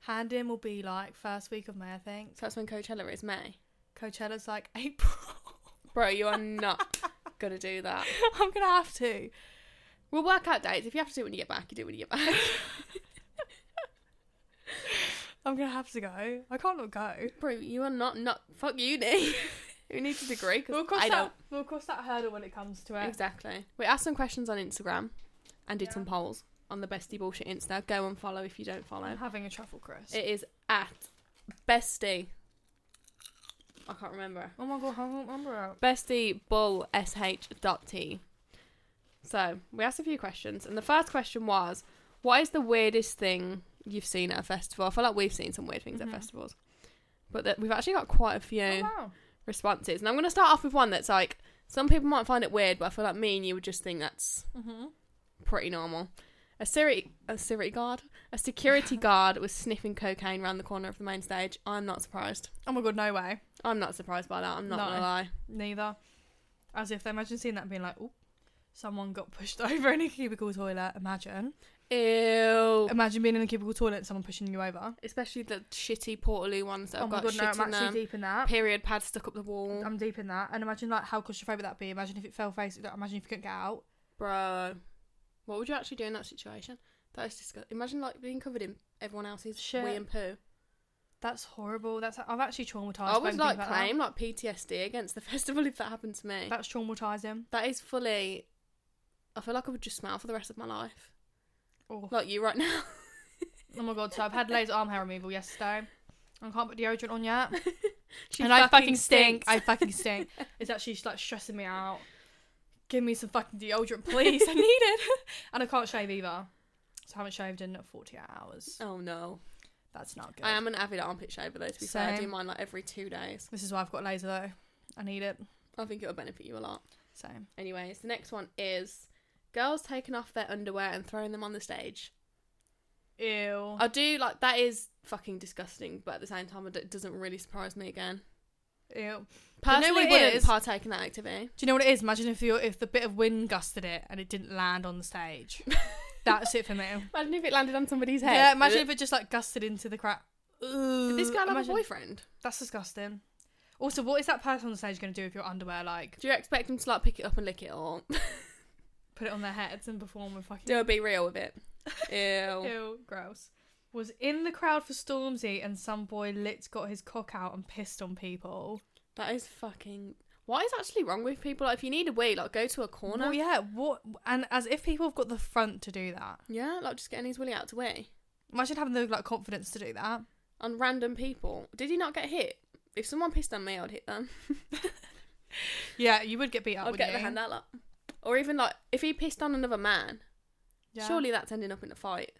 Speaker 2: Hand in will be like first week of May, I think.
Speaker 1: So that's when Coachella is May.
Speaker 2: Coachella's like April.
Speaker 1: Bro, you are not gonna do that.
Speaker 2: I'm gonna have to.
Speaker 1: We'll work out dates. If you have to do it when you get back, you do it when you get back.
Speaker 2: I'm gonna have to go. I can't not go.
Speaker 1: Bro, you are not not fuck uni. we need a degree because
Speaker 2: We'll cross
Speaker 1: I
Speaker 2: that.
Speaker 1: don't
Speaker 2: We'll cross that hurdle when it comes to it.
Speaker 1: exactly. We asked some questions on Instagram and did
Speaker 2: Yeah.
Speaker 1: some polls on the bestie bullshit Insta. Go and follow if you don't follow.
Speaker 2: I'm having a truffle crisp.
Speaker 1: It is at bestie. I can't remember.
Speaker 2: oh my god, I can't remember it.
Speaker 1: Bestie bull sh dot t. So we asked a few questions, and the first question was, "What is the weirdest thing you've seen at a festival?" I feel like we've seen some weird things
Speaker 2: Mhm.
Speaker 1: at festivals, but that we've actually got quite a few.
Speaker 2: Oh, wow.
Speaker 1: responses. And I'm going to start off with one that's like, some people might find it weird, but I feel like me and you would just think that's
Speaker 2: Mm-hmm.
Speaker 1: pretty normal. A security, a security guard, a security guard was sniffing cocaine round the corner of the main stage. I'm not surprised.
Speaker 2: oh my god, no way.
Speaker 1: I'm not surprised by that. I'm not
Speaker 2: No.
Speaker 1: gonna lie.
Speaker 2: Neither. As if they imagine seeing that and being like, oh, someone got pushed over in a cubicle toilet. Imagine.
Speaker 1: Ew.
Speaker 2: Imagine being in a cubicle toilet and someone pushing you over.
Speaker 1: Especially the shitty portaloo ones that
Speaker 2: oh
Speaker 1: have
Speaker 2: my
Speaker 1: got
Speaker 2: god, no,
Speaker 1: shit
Speaker 2: I'm
Speaker 1: in
Speaker 2: actually
Speaker 1: them.
Speaker 2: deep in that.
Speaker 1: Period pad stuck up the wall,
Speaker 2: I'm deep in that. And imagine like how claustrophobic that'd be. Imagine if it fell face. like, Imagine if you couldn't get out.
Speaker 1: bro. What would you actually do in that situation? That is disgusting. Imagine like being covered in everyone else's
Speaker 2: Shit.
Speaker 1: wee and poo.
Speaker 2: That's horrible. That's I'm actually traumatized.
Speaker 1: I would
Speaker 2: thinking
Speaker 1: Oh, like
Speaker 2: about that.
Speaker 1: claim like PTSD against the festival if that happened to me.
Speaker 2: That's traumatizing.
Speaker 1: that is fully. I feel like I would just smile for the rest of my life,
Speaker 2: Oh.
Speaker 1: like you right now.
Speaker 2: oh my god. So I've had laser arm hair removal yesterday. I can't put deodorant on yet.
Speaker 1: She
Speaker 2: and I fucking stink.
Speaker 1: stinks.
Speaker 2: I fucking stink. It's actually just, like stressing me out. Give me some fucking deodorant, please. I need it. And I can't shave either. So I haven't shaved in 48 hours.
Speaker 1: oh no,
Speaker 2: That's not good.
Speaker 1: I am an avid armpit shaver though. To be fair, I do
Speaker 2: Same.
Speaker 1: mine like every two days.
Speaker 2: This is why I've got laser though. I need it.
Speaker 1: I think it'll benefit you a lot.
Speaker 2: So
Speaker 1: Anyways, the next one is girls taking off their underwear and throwing them on the stage.
Speaker 2: ew.
Speaker 1: I do like that is fucking disgusting, but at the same time, it doesn't really surprise me again.
Speaker 2: ew. You know what
Speaker 1: Personally,
Speaker 2: it
Speaker 1: wouldn't
Speaker 2: is?
Speaker 1: partake in that activity.
Speaker 2: Do you know what it is? Imagine if you if the bit of wind gusted it and it didn't land on the stage. That's it for me.
Speaker 1: Imagine if it landed on somebody's head.
Speaker 2: Yeah. Imagine if it just like gusted into the crap.
Speaker 1: Did this girl have a
Speaker 2: Imagine-
Speaker 1: boyfriend?
Speaker 2: That's disgusting. Also, what is that person on the stage going to do with your underwear? Like,
Speaker 1: Do you expect him to like pick it up and lick it or
Speaker 2: put it on their heads and perform with fucking.
Speaker 1: do a be real with it? Ew.
Speaker 2: Ew, gross. Was in the crowd for Stormzy and some boy lit got his cock out and pissed on people.
Speaker 1: That is fucking. What is actually wrong with people? Like, if you need a wee, like go to a corner.
Speaker 2: Well,
Speaker 1: yeah.
Speaker 2: yeah, what? And as if people have got the front to do that.
Speaker 1: like just getting his willy out to wee
Speaker 2: Imagine having the like confidence to do that.
Speaker 1: on random people. Did he not get hit? If someone pissed on me, I'd hit them.
Speaker 2: Yeah, you would get beat up.
Speaker 1: I'd
Speaker 2: wouldn't
Speaker 1: get the
Speaker 2: you?
Speaker 1: hand out. Like, or even like if he pissed on another man,
Speaker 2: Yeah.
Speaker 1: surely that's ending up in a fight.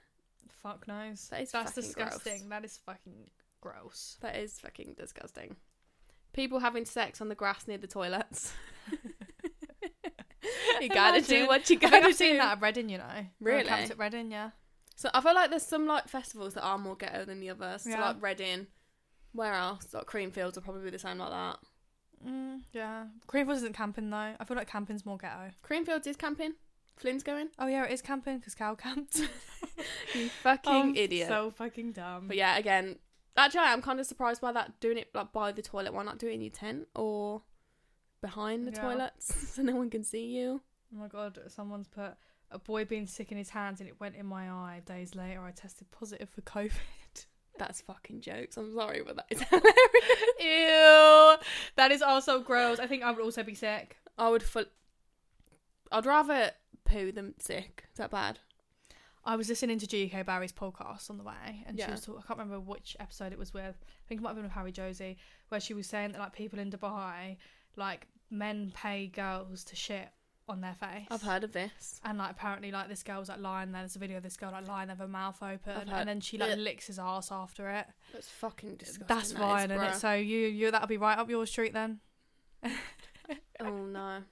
Speaker 2: Fuck knows.
Speaker 1: That is
Speaker 2: That's
Speaker 1: fucking
Speaker 2: disgusting.
Speaker 1: gross.
Speaker 2: That is fucking gross.
Speaker 1: That is fucking disgusting. People having sex on the grass near the toilets. you gotta do
Speaker 2: Imagine.
Speaker 1: what you
Speaker 2: I
Speaker 1: gotta
Speaker 2: think I've
Speaker 1: do.
Speaker 2: seen that at Reading, you know. Or
Speaker 1: Really?
Speaker 2: Camps at Reading, yeah.
Speaker 1: So I feel like there's some like festivals that are more ghetto than the others. So
Speaker 2: Yeah.
Speaker 1: like Reading, where else? Like Creamfields will probably be the same like that.
Speaker 2: Mm, yeah. Creamfields isn't camping though. I feel like camping's more ghetto.
Speaker 1: Creamfields is camping. Flynn's going.
Speaker 2: Oh yeah, it is camping because cow camped.
Speaker 1: You fucking
Speaker 2: I'm
Speaker 1: Um, idiot.
Speaker 2: So fucking dumb.
Speaker 1: But yeah, again, actually I am kind of surprised by that. Doing it like by the toilet. Why not do it in your tent or behind the
Speaker 2: Yeah.
Speaker 1: toilets so no one can see you?
Speaker 2: Oh my god, someone's put a boy being sick in his hands and it went in my eye. Days later, I tested positive for COVID.
Speaker 1: That's fucking jokes. I'm sorry, but that is hilarious.
Speaker 2: Ew, that is also gross. I think I would also be sick.
Speaker 1: I would. Full- I'd rather poo than sick. Is that bad?
Speaker 2: I was listening to GK Barry's podcast on the way, and
Speaker 1: Yeah.
Speaker 2: she was talking, I can't remember which episode it was with. I think it might have been with Harry Josie, where she was saying that like people in Dubai, like men pay girls to shit on their face.
Speaker 1: I've heard of this.
Speaker 2: And like apparently like this girl was like lying there. There's a video of this girl like lying there with her mouth open,
Speaker 1: I've heard-
Speaker 2: and then she like
Speaker 1: Ugh.
Speaker 2: licks his ass after it.
Speaker 1: That's fucking disgusting.
Speaker 2: That's
Speaker 1: that is,
Speaker 2: fine, and
Speaker 1: bruh.
Speaker 2: it? So you you that'll be right up your street then.
Speaker 1: Oh no.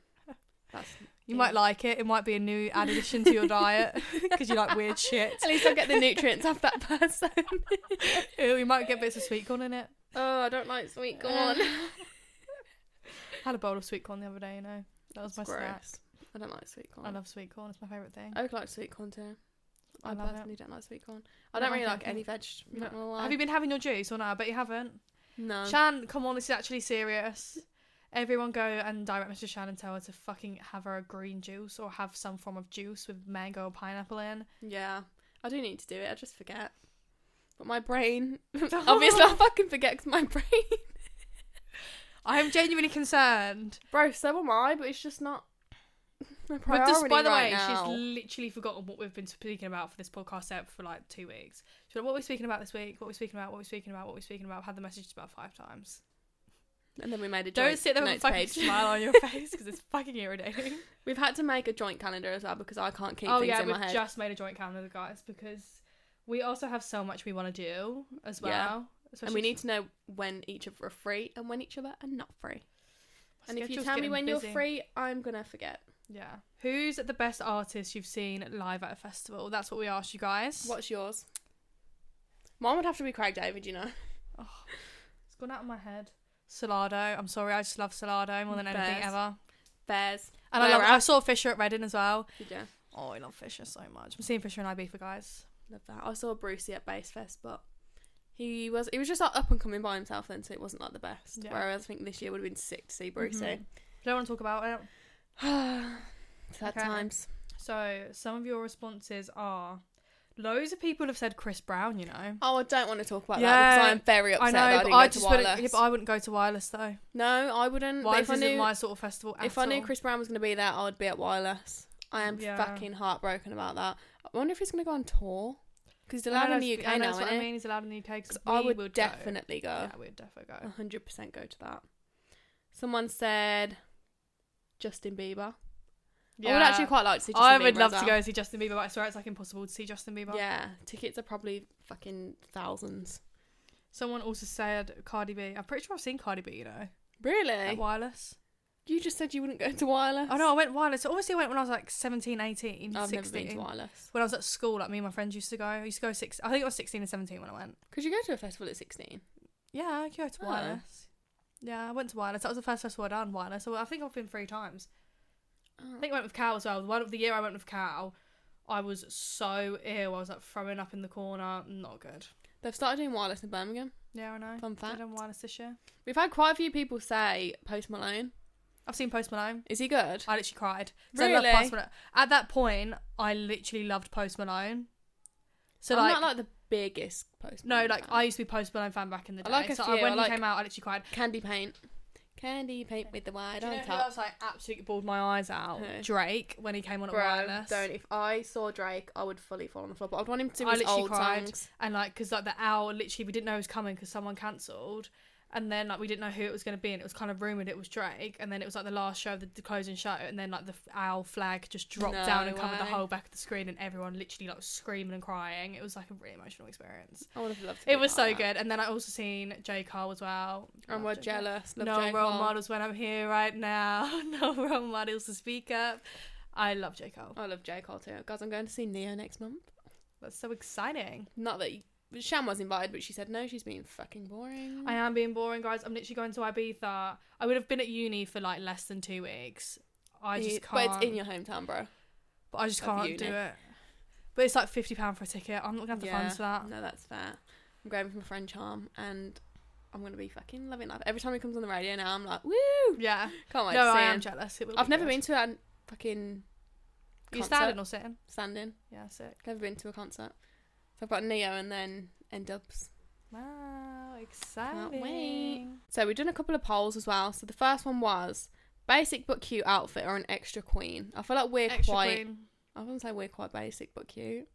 Speaker 1: That's
Speaker 2: You
Speaker 1: Yeah.
Speaker 2: might like it. It might be a new addition to your diet because you like weird shit.
Speaker 1: At least I'll get the nutrients off that person.
Speaker 2: Ew, you might get bits of sweet corn in it.
Speaker 1: oh, I don't like sweet corn.
Speaker 2: had a bowl of sweet corn the other day, you know. That was my
Speaker 1: It's gross. Oh,
Speaker 2: snack.
Speaker 1: I don't like sweet corn.
Speaker 2: I love sweet corn. It's my favourite thing.
Speaker 1: Oak likes sweet corn too. I,
Speaker 2: I love it.
Speaker 1: personally don't like sweet corn. I don't
Speaker 2: No, I
Speaker 1: really
Speaker 2: don't
Speaker 1: like any
Speaker 2: think-
Speaker 1: veg. I'm not gonna lie.
Speaker 2: Have you been having your juice or no? I bet you haven't.
Speaker 1: No.
Speaker 2: Shan, come on, this is actually serious. Everyone go and direct Mr. Shan and tell her to fucking have her a green juice or have some form of juice with mango or pineapple in.
Speaker 1: yeah, I do need to do it. I just forget. But my brain, obviously, I fucking forget 'cause my brain.
Speaker 2: I am genuinely concerned.
Speaker 1: Bro, so am I, but it's just not my
Speaker 2: But
Speaker 1: priority
Speaker 2: just, by the
Speaker 1: right
Speaker 2: way,
Speaker 1: now.
Speaker 2: she's literally forgotten what we've been speaking about for this podcast out for like two weeks. She's like, what are we speaking about this week? What are we speaking about? What are we speaking about? What are we speaking about? I've had the messages about five times.
Speaker 1: and then we made a joint
Speaker 2: Don't sit there with a
Speaker 1: notes
Speaker 2: fucking
Speaker 1: page.
Speaker 2: smile on your face because it's fucking irritating.
Speaker 1: We've had to make a joint calendar as well because I can't keep
Speaker 2: oh
Speaker 1: things
Speaker 2: yeah,
Speaker 1: in
Speaker 2: we've
Speaker 1: my head.
Speaker 2: just made a joint calendar, guys, because we also have so much we want to do as well.
Speaker 1: Yeah. and we
Speaker 2: especially-
Speaker 1: need to know when each of are free and when each other are not free.
Speaker 2: My
Speaker 1: And if you
Speaker 2: schedule's
Speaker 1: tell me
Speaker 2: getting
Speaker 1: when
Speaker 2: busy.
Speaker 1: you're free, I'm gonna forget.
Speaker 2: yeah. Who's the best artist you've seen live at a festival? That's what we asked you guys.
Speaker 1: What's yours? Mine would have to be Craig David, you know.
Speaker 2: It's gone out of my head. Salado. I'm sorry, I just love Salado more than anything
Speaker 1: Best.
Speaker 2: ever.
Speaker 1: Bears.
Speaker 2: And I
Speaker 1: Where
Speaker 2: love.
Speaker 1: at?
Speaker 2: I saw Fisher at Reading as well.
Speaker 1: Did you?
Speaker 2: Oh, I love Fisher so much. I'm seeing Fisher and IB for guys.
Speaker 1: Love that. I saw Brucey at Bass Fest, but he was he was just like up and coming by himself then, so it wasn't like the best.
Speaker 2: Yeah. Mm-hmm.
Speaker 1: Whereas I think this year would have been sick to see Brucey.
Speaker 2: Don't want to talk about it.
Speaker 1: Sad
Speaker 2: Okay.
Speaker 1: times.
Speaker 2: So some of your responses are. Loads of people have said Chris Brown. You know.
Speaker 1: Oh, I don't want to talk about that
Speaker 2: Yeah.
Speaker 1: because I'm very
Speaker 2: I
Speaker 1: upset.
Speaker 2: know,
Speaker 1: that I
Speaker 2: but
Speaker 1: didn't
Speaker 2: I
Speaker 1: go
Speaker 2: just
Speaker 1: to
Speaker 2: wouldn't.
Speaker 1: Wireless.
Speaker 2: Yeah, but I wouldn't go to wireless though.
Speaker 1: No, I wouldn't. But
Speaker 2: Wireless
Speaker 1: if I
Speaker 2: isn't
Speaker 1: knew
Speaker 2: my sort of festival. At
Speaker 1: if I knew
Speaker 2: all.
Speaker 1: Chris Brown was going to be there, I would be at Wireless. I am
Speaker 2: Yeah.
Speaker 1: fucking heartbroken about that. I wonder if he's going to go on tour because he's
Speaker 2: I
Speaker 1: allowed
Speaker 2: know
Speaker 1: in the
Speaker 2: it's-
Speaker 1: UK
Speaker 2: I
Speaker 1: now,
Speaker 2: know that's
Speaker 1: isn't
Speaker 2: what
Speaker 1: he?
Speaker 2: I mean. He's allowed in the UK because
Speaker 1: 'Cause I would,
Speaker 2: would go.
Speaker 1: definitely go.
Speaker 2: Yeah, we'd definitely
Speaker 1: A
Speaker 2: go.
Speaker 1: 100% go to that. Someone said Justin Bieber. I would actually quite like to see Justin
Speaker 2: I
Speaker 1: Bieber
Speaker 2: would
Speaker 1: as
Speaker 2: love to
Speaker 1: well.
Speaker 2: go see Justin Bieber, but I swear it's like impossible to see Justin Bieber.
Speaker 1: Yeah, tickets are probably fucking thousands.
Speaker 2: Someone also said Cardi B. I'm pretty sure I've seen Cardi B, you know, at
Speaker 1: Really?
Speaker 2: Wireless.
Speaker 1: You just said you wouldn't go to Wireless.
Speaker 2: I know I went Wireless. I obviously went when I was like 17, 18,
Speaker 1: I've
Speaker 2: 16.
Speaker 1: never been to Wireless.
Speaker 2: when I was at school, like me and my friends used to go. I used to go six. I think I was 16 and 17 when I went.
Speaker 1: Could you go to a festival at 16?
Speaker 2: Yeah, I could go to
Speaker 1: Oh.
Speaker 2: Wireless. Yeah, I went to Wireless. That was the first festival I done Wireless. So I think I've been three times. I think I went with Cal as well. The one of the year I went with Cal, I was so ill. I was like throwing up in the corner. Not good.
Speaker 1: They've started doing Wireless in Birmingham.
Speaker 2: Yeah, I know.
Speaker 1: Fun
Speaker 2: Did I
Speaker 1: fact.
Speaker 2: done wireless this year.
Speaker 1: We've had quite a few people say Post Malone.
Speaker 2: I've seen Post Malone.
Speaker 1: Is he good?
Speaker 2: I literally cried. 'Cause I love
Speaker 1: Really?
Speaker 2: Post Malone. At that point, I literally loved Post Malone. So
Speaker 1: I'm
Speaker 2: like,
Speaker 1: not like the biggest Post
Speaker 2: no,
Speaker 1: Malone
Speaker 2: like
Speaker 1: fan.
Speaker 2: I used to be Post Malone fan back in the
Speaker 1: I
Speaker 2: day.
Speaker 1: like a
Speaker 2: so
Speaker 1: few,
Speaker 2: I, when
Speaker 1: I
Speaker 2: he
Speaker 1: like-
Speaker 2: came out, I literally cried.
Speaker 1: Candy Paint. Candy Paint with the wide
Speaker 2: Do you
Speaker 1: on
Speaker 2: know who
Speaker 1: top.
Speaker 2: else I absolutely bawled my eyes out?
Speaker 1: Who?
Speaker 2: Drake when he came on at
Speaker 1: Bro,
Speaker 2: Wireless.
Speaker 1: don't. If I saw Drake, I would fully fall on the floor. But I'd want him to do
Speaker 2: I
Speaker 1: his
Speaker 2: literally
Speaker 1: old
Speaker 2: cried.
Speaker 1: songs.
Speaker 2: and like because like the hour literally we didn't know it was coming because someone cancelled and then like we didn't know who it was going to be and it was kind of rumored it was drake and then it was like the last show of the, the closing show and then like the f- owl flag just dropped
Speaker 1: No
Speaker 2: down and covered the
Speaker 1: way.
Speaker 2: whole back of the screen and everyone literally like was screaming and crying it was like a really emotional experience
Speaker 1: I would have loved. To
Speaker 2: it
Speaker 1: be
Speaker 2: was
Speaker 1: part
Speaker 2: so
Speaker 1: of that.
Speaker 2: good and then i also seen j cole as well
Speaker 1: And
Speaker 2: Love
Speaker 1: we're
Speaker 2: J. Cole.
Speaker 1: jealous. Love
Speaker 2: no
Speaker 1: J.
Speaker 2: role
Speaker 1: Cole.
Speaker 2: models when i'm here right now no role models to speak up i love j cole
Speaker 1: I love J Cole too, guys. I'm going to see Neo next month.
Speaker 2: that's so exciting
Speaker 1: Not that Sham was invited, but she said no. She's being fucking boring.
Speaker 2: I am being boring, guys. I'm literally going to Ibiza. I would have been at uni for like less than two weeks. I just
Speaker 1: It-
Speaker 2: can't.
Speaker 1: But it's in your hometown, bro.
Speaker 2: but I just
Speaker 1: of
Speaker 2: can't
Speaker 1: uni.
Speaker 2: do it. But it's like fifty pound for a ticket. I'm not gonna have the funds for that.
Speaker 1: No, that's fair. I'm going with my friend Charm, and I'm gonna be fucking loving life. Every time he comes on the radio now, I'm like, woo!
Speaker 2: Yeah.
Speaker 1: Can't wait
Speaker 2: no,
Speaker 1: to see
Speaker 2: I am
Speaker 1: him.
Speaker 2: jealous. It will
Speaker 1: I've
Speaker 2: be
Speaker 1: never
Speaker 2: good.
Speaker 1: been to a fucking
Speaker 2: You
Speaker 1: concert.
Speaker 2: standing or sitting?
Speaker 1: standing.
Speaker 2: Yeah, sick.
Speaker 1: Never been to a concert. So I've got Neo and then N Dubs.
Speaker 2: Wow,
Speaker 1: wait.
Speaker 2: exciting.
Speaker 1: So we've done a couple of polls as well. So the first one was basic but cute outfit or an extra queen. I feel like we're
Speaker 2: Extra
Speaker 1: quite.
Speaker 2: queen.
Speaker 1: I wouldn't say we're quite basic but cute.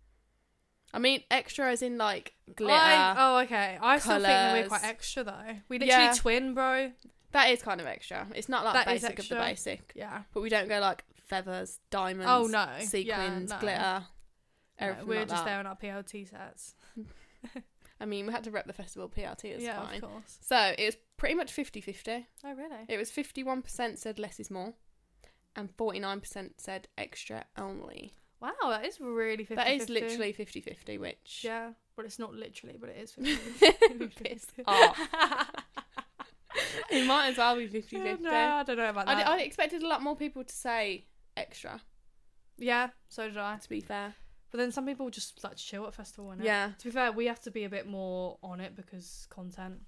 Speaker 1: I mean, extra as in like glitter.
Speaker 2: I, oh, okay. I still think that we're
Speaker 1: colours.
Speaker 2: quite extra though. We literally
Speaker 1: Yeah.
Speaker 2: twin, bro.
Speaker 1: That is kind of extra. It's not like
Speaker 2: That is
Speaker 1: basic of the
Speaker 2: extra.
Speaker 1: basic,
Speaker 2: Yeah.
Speaker 1: but we don't go like feathers, diamonds.
Speaker 2: Oh, no. Yeah,
Speaker 1: sequins,
Speaker 2: no.
Speaker 1: glitter.
Speaker 2: No,
Speaker 1: Everything
Speaker 2: we're
Speaker 1: like
Speaker 2: just
Speaker 1: that.
Speaker 2: there in our PLT sets.
Speaker 1: I mean, we had to rep the festival PRT. It's
Speaker 2: yeah,
Speaker 1: fine.
Speaker 2: of course.
Speaker 1: So it was pretty much 50-50.
Speaker 2: Oh, really?
Speaker 1: It was fifty-one percent said less is more, and 49% said extra only.
Speaker 2: Wow, that is really 50
Speaker 1: That is literally 50 50, which.
Speaker 2: Yeah, but it's not literally, but it is 50
Speaker 1: Piss off. It might as well be 50
Speaker 2: Yeah,
Speaker 1: 50.
Speaker 2: No, I don't know about
Speaker 1: I,
Speaker 2: that.
Speaker 1: d- I expected a lot more people to say extra,
Speaker 2: yeah, so did I.
Speaker 1: to be fair.
Speaker 2: But then some people just like to chill at festival. innit?
Speaker 1: Yeah.
Speaker 2: To be fair, we have to be a bit more on it because content.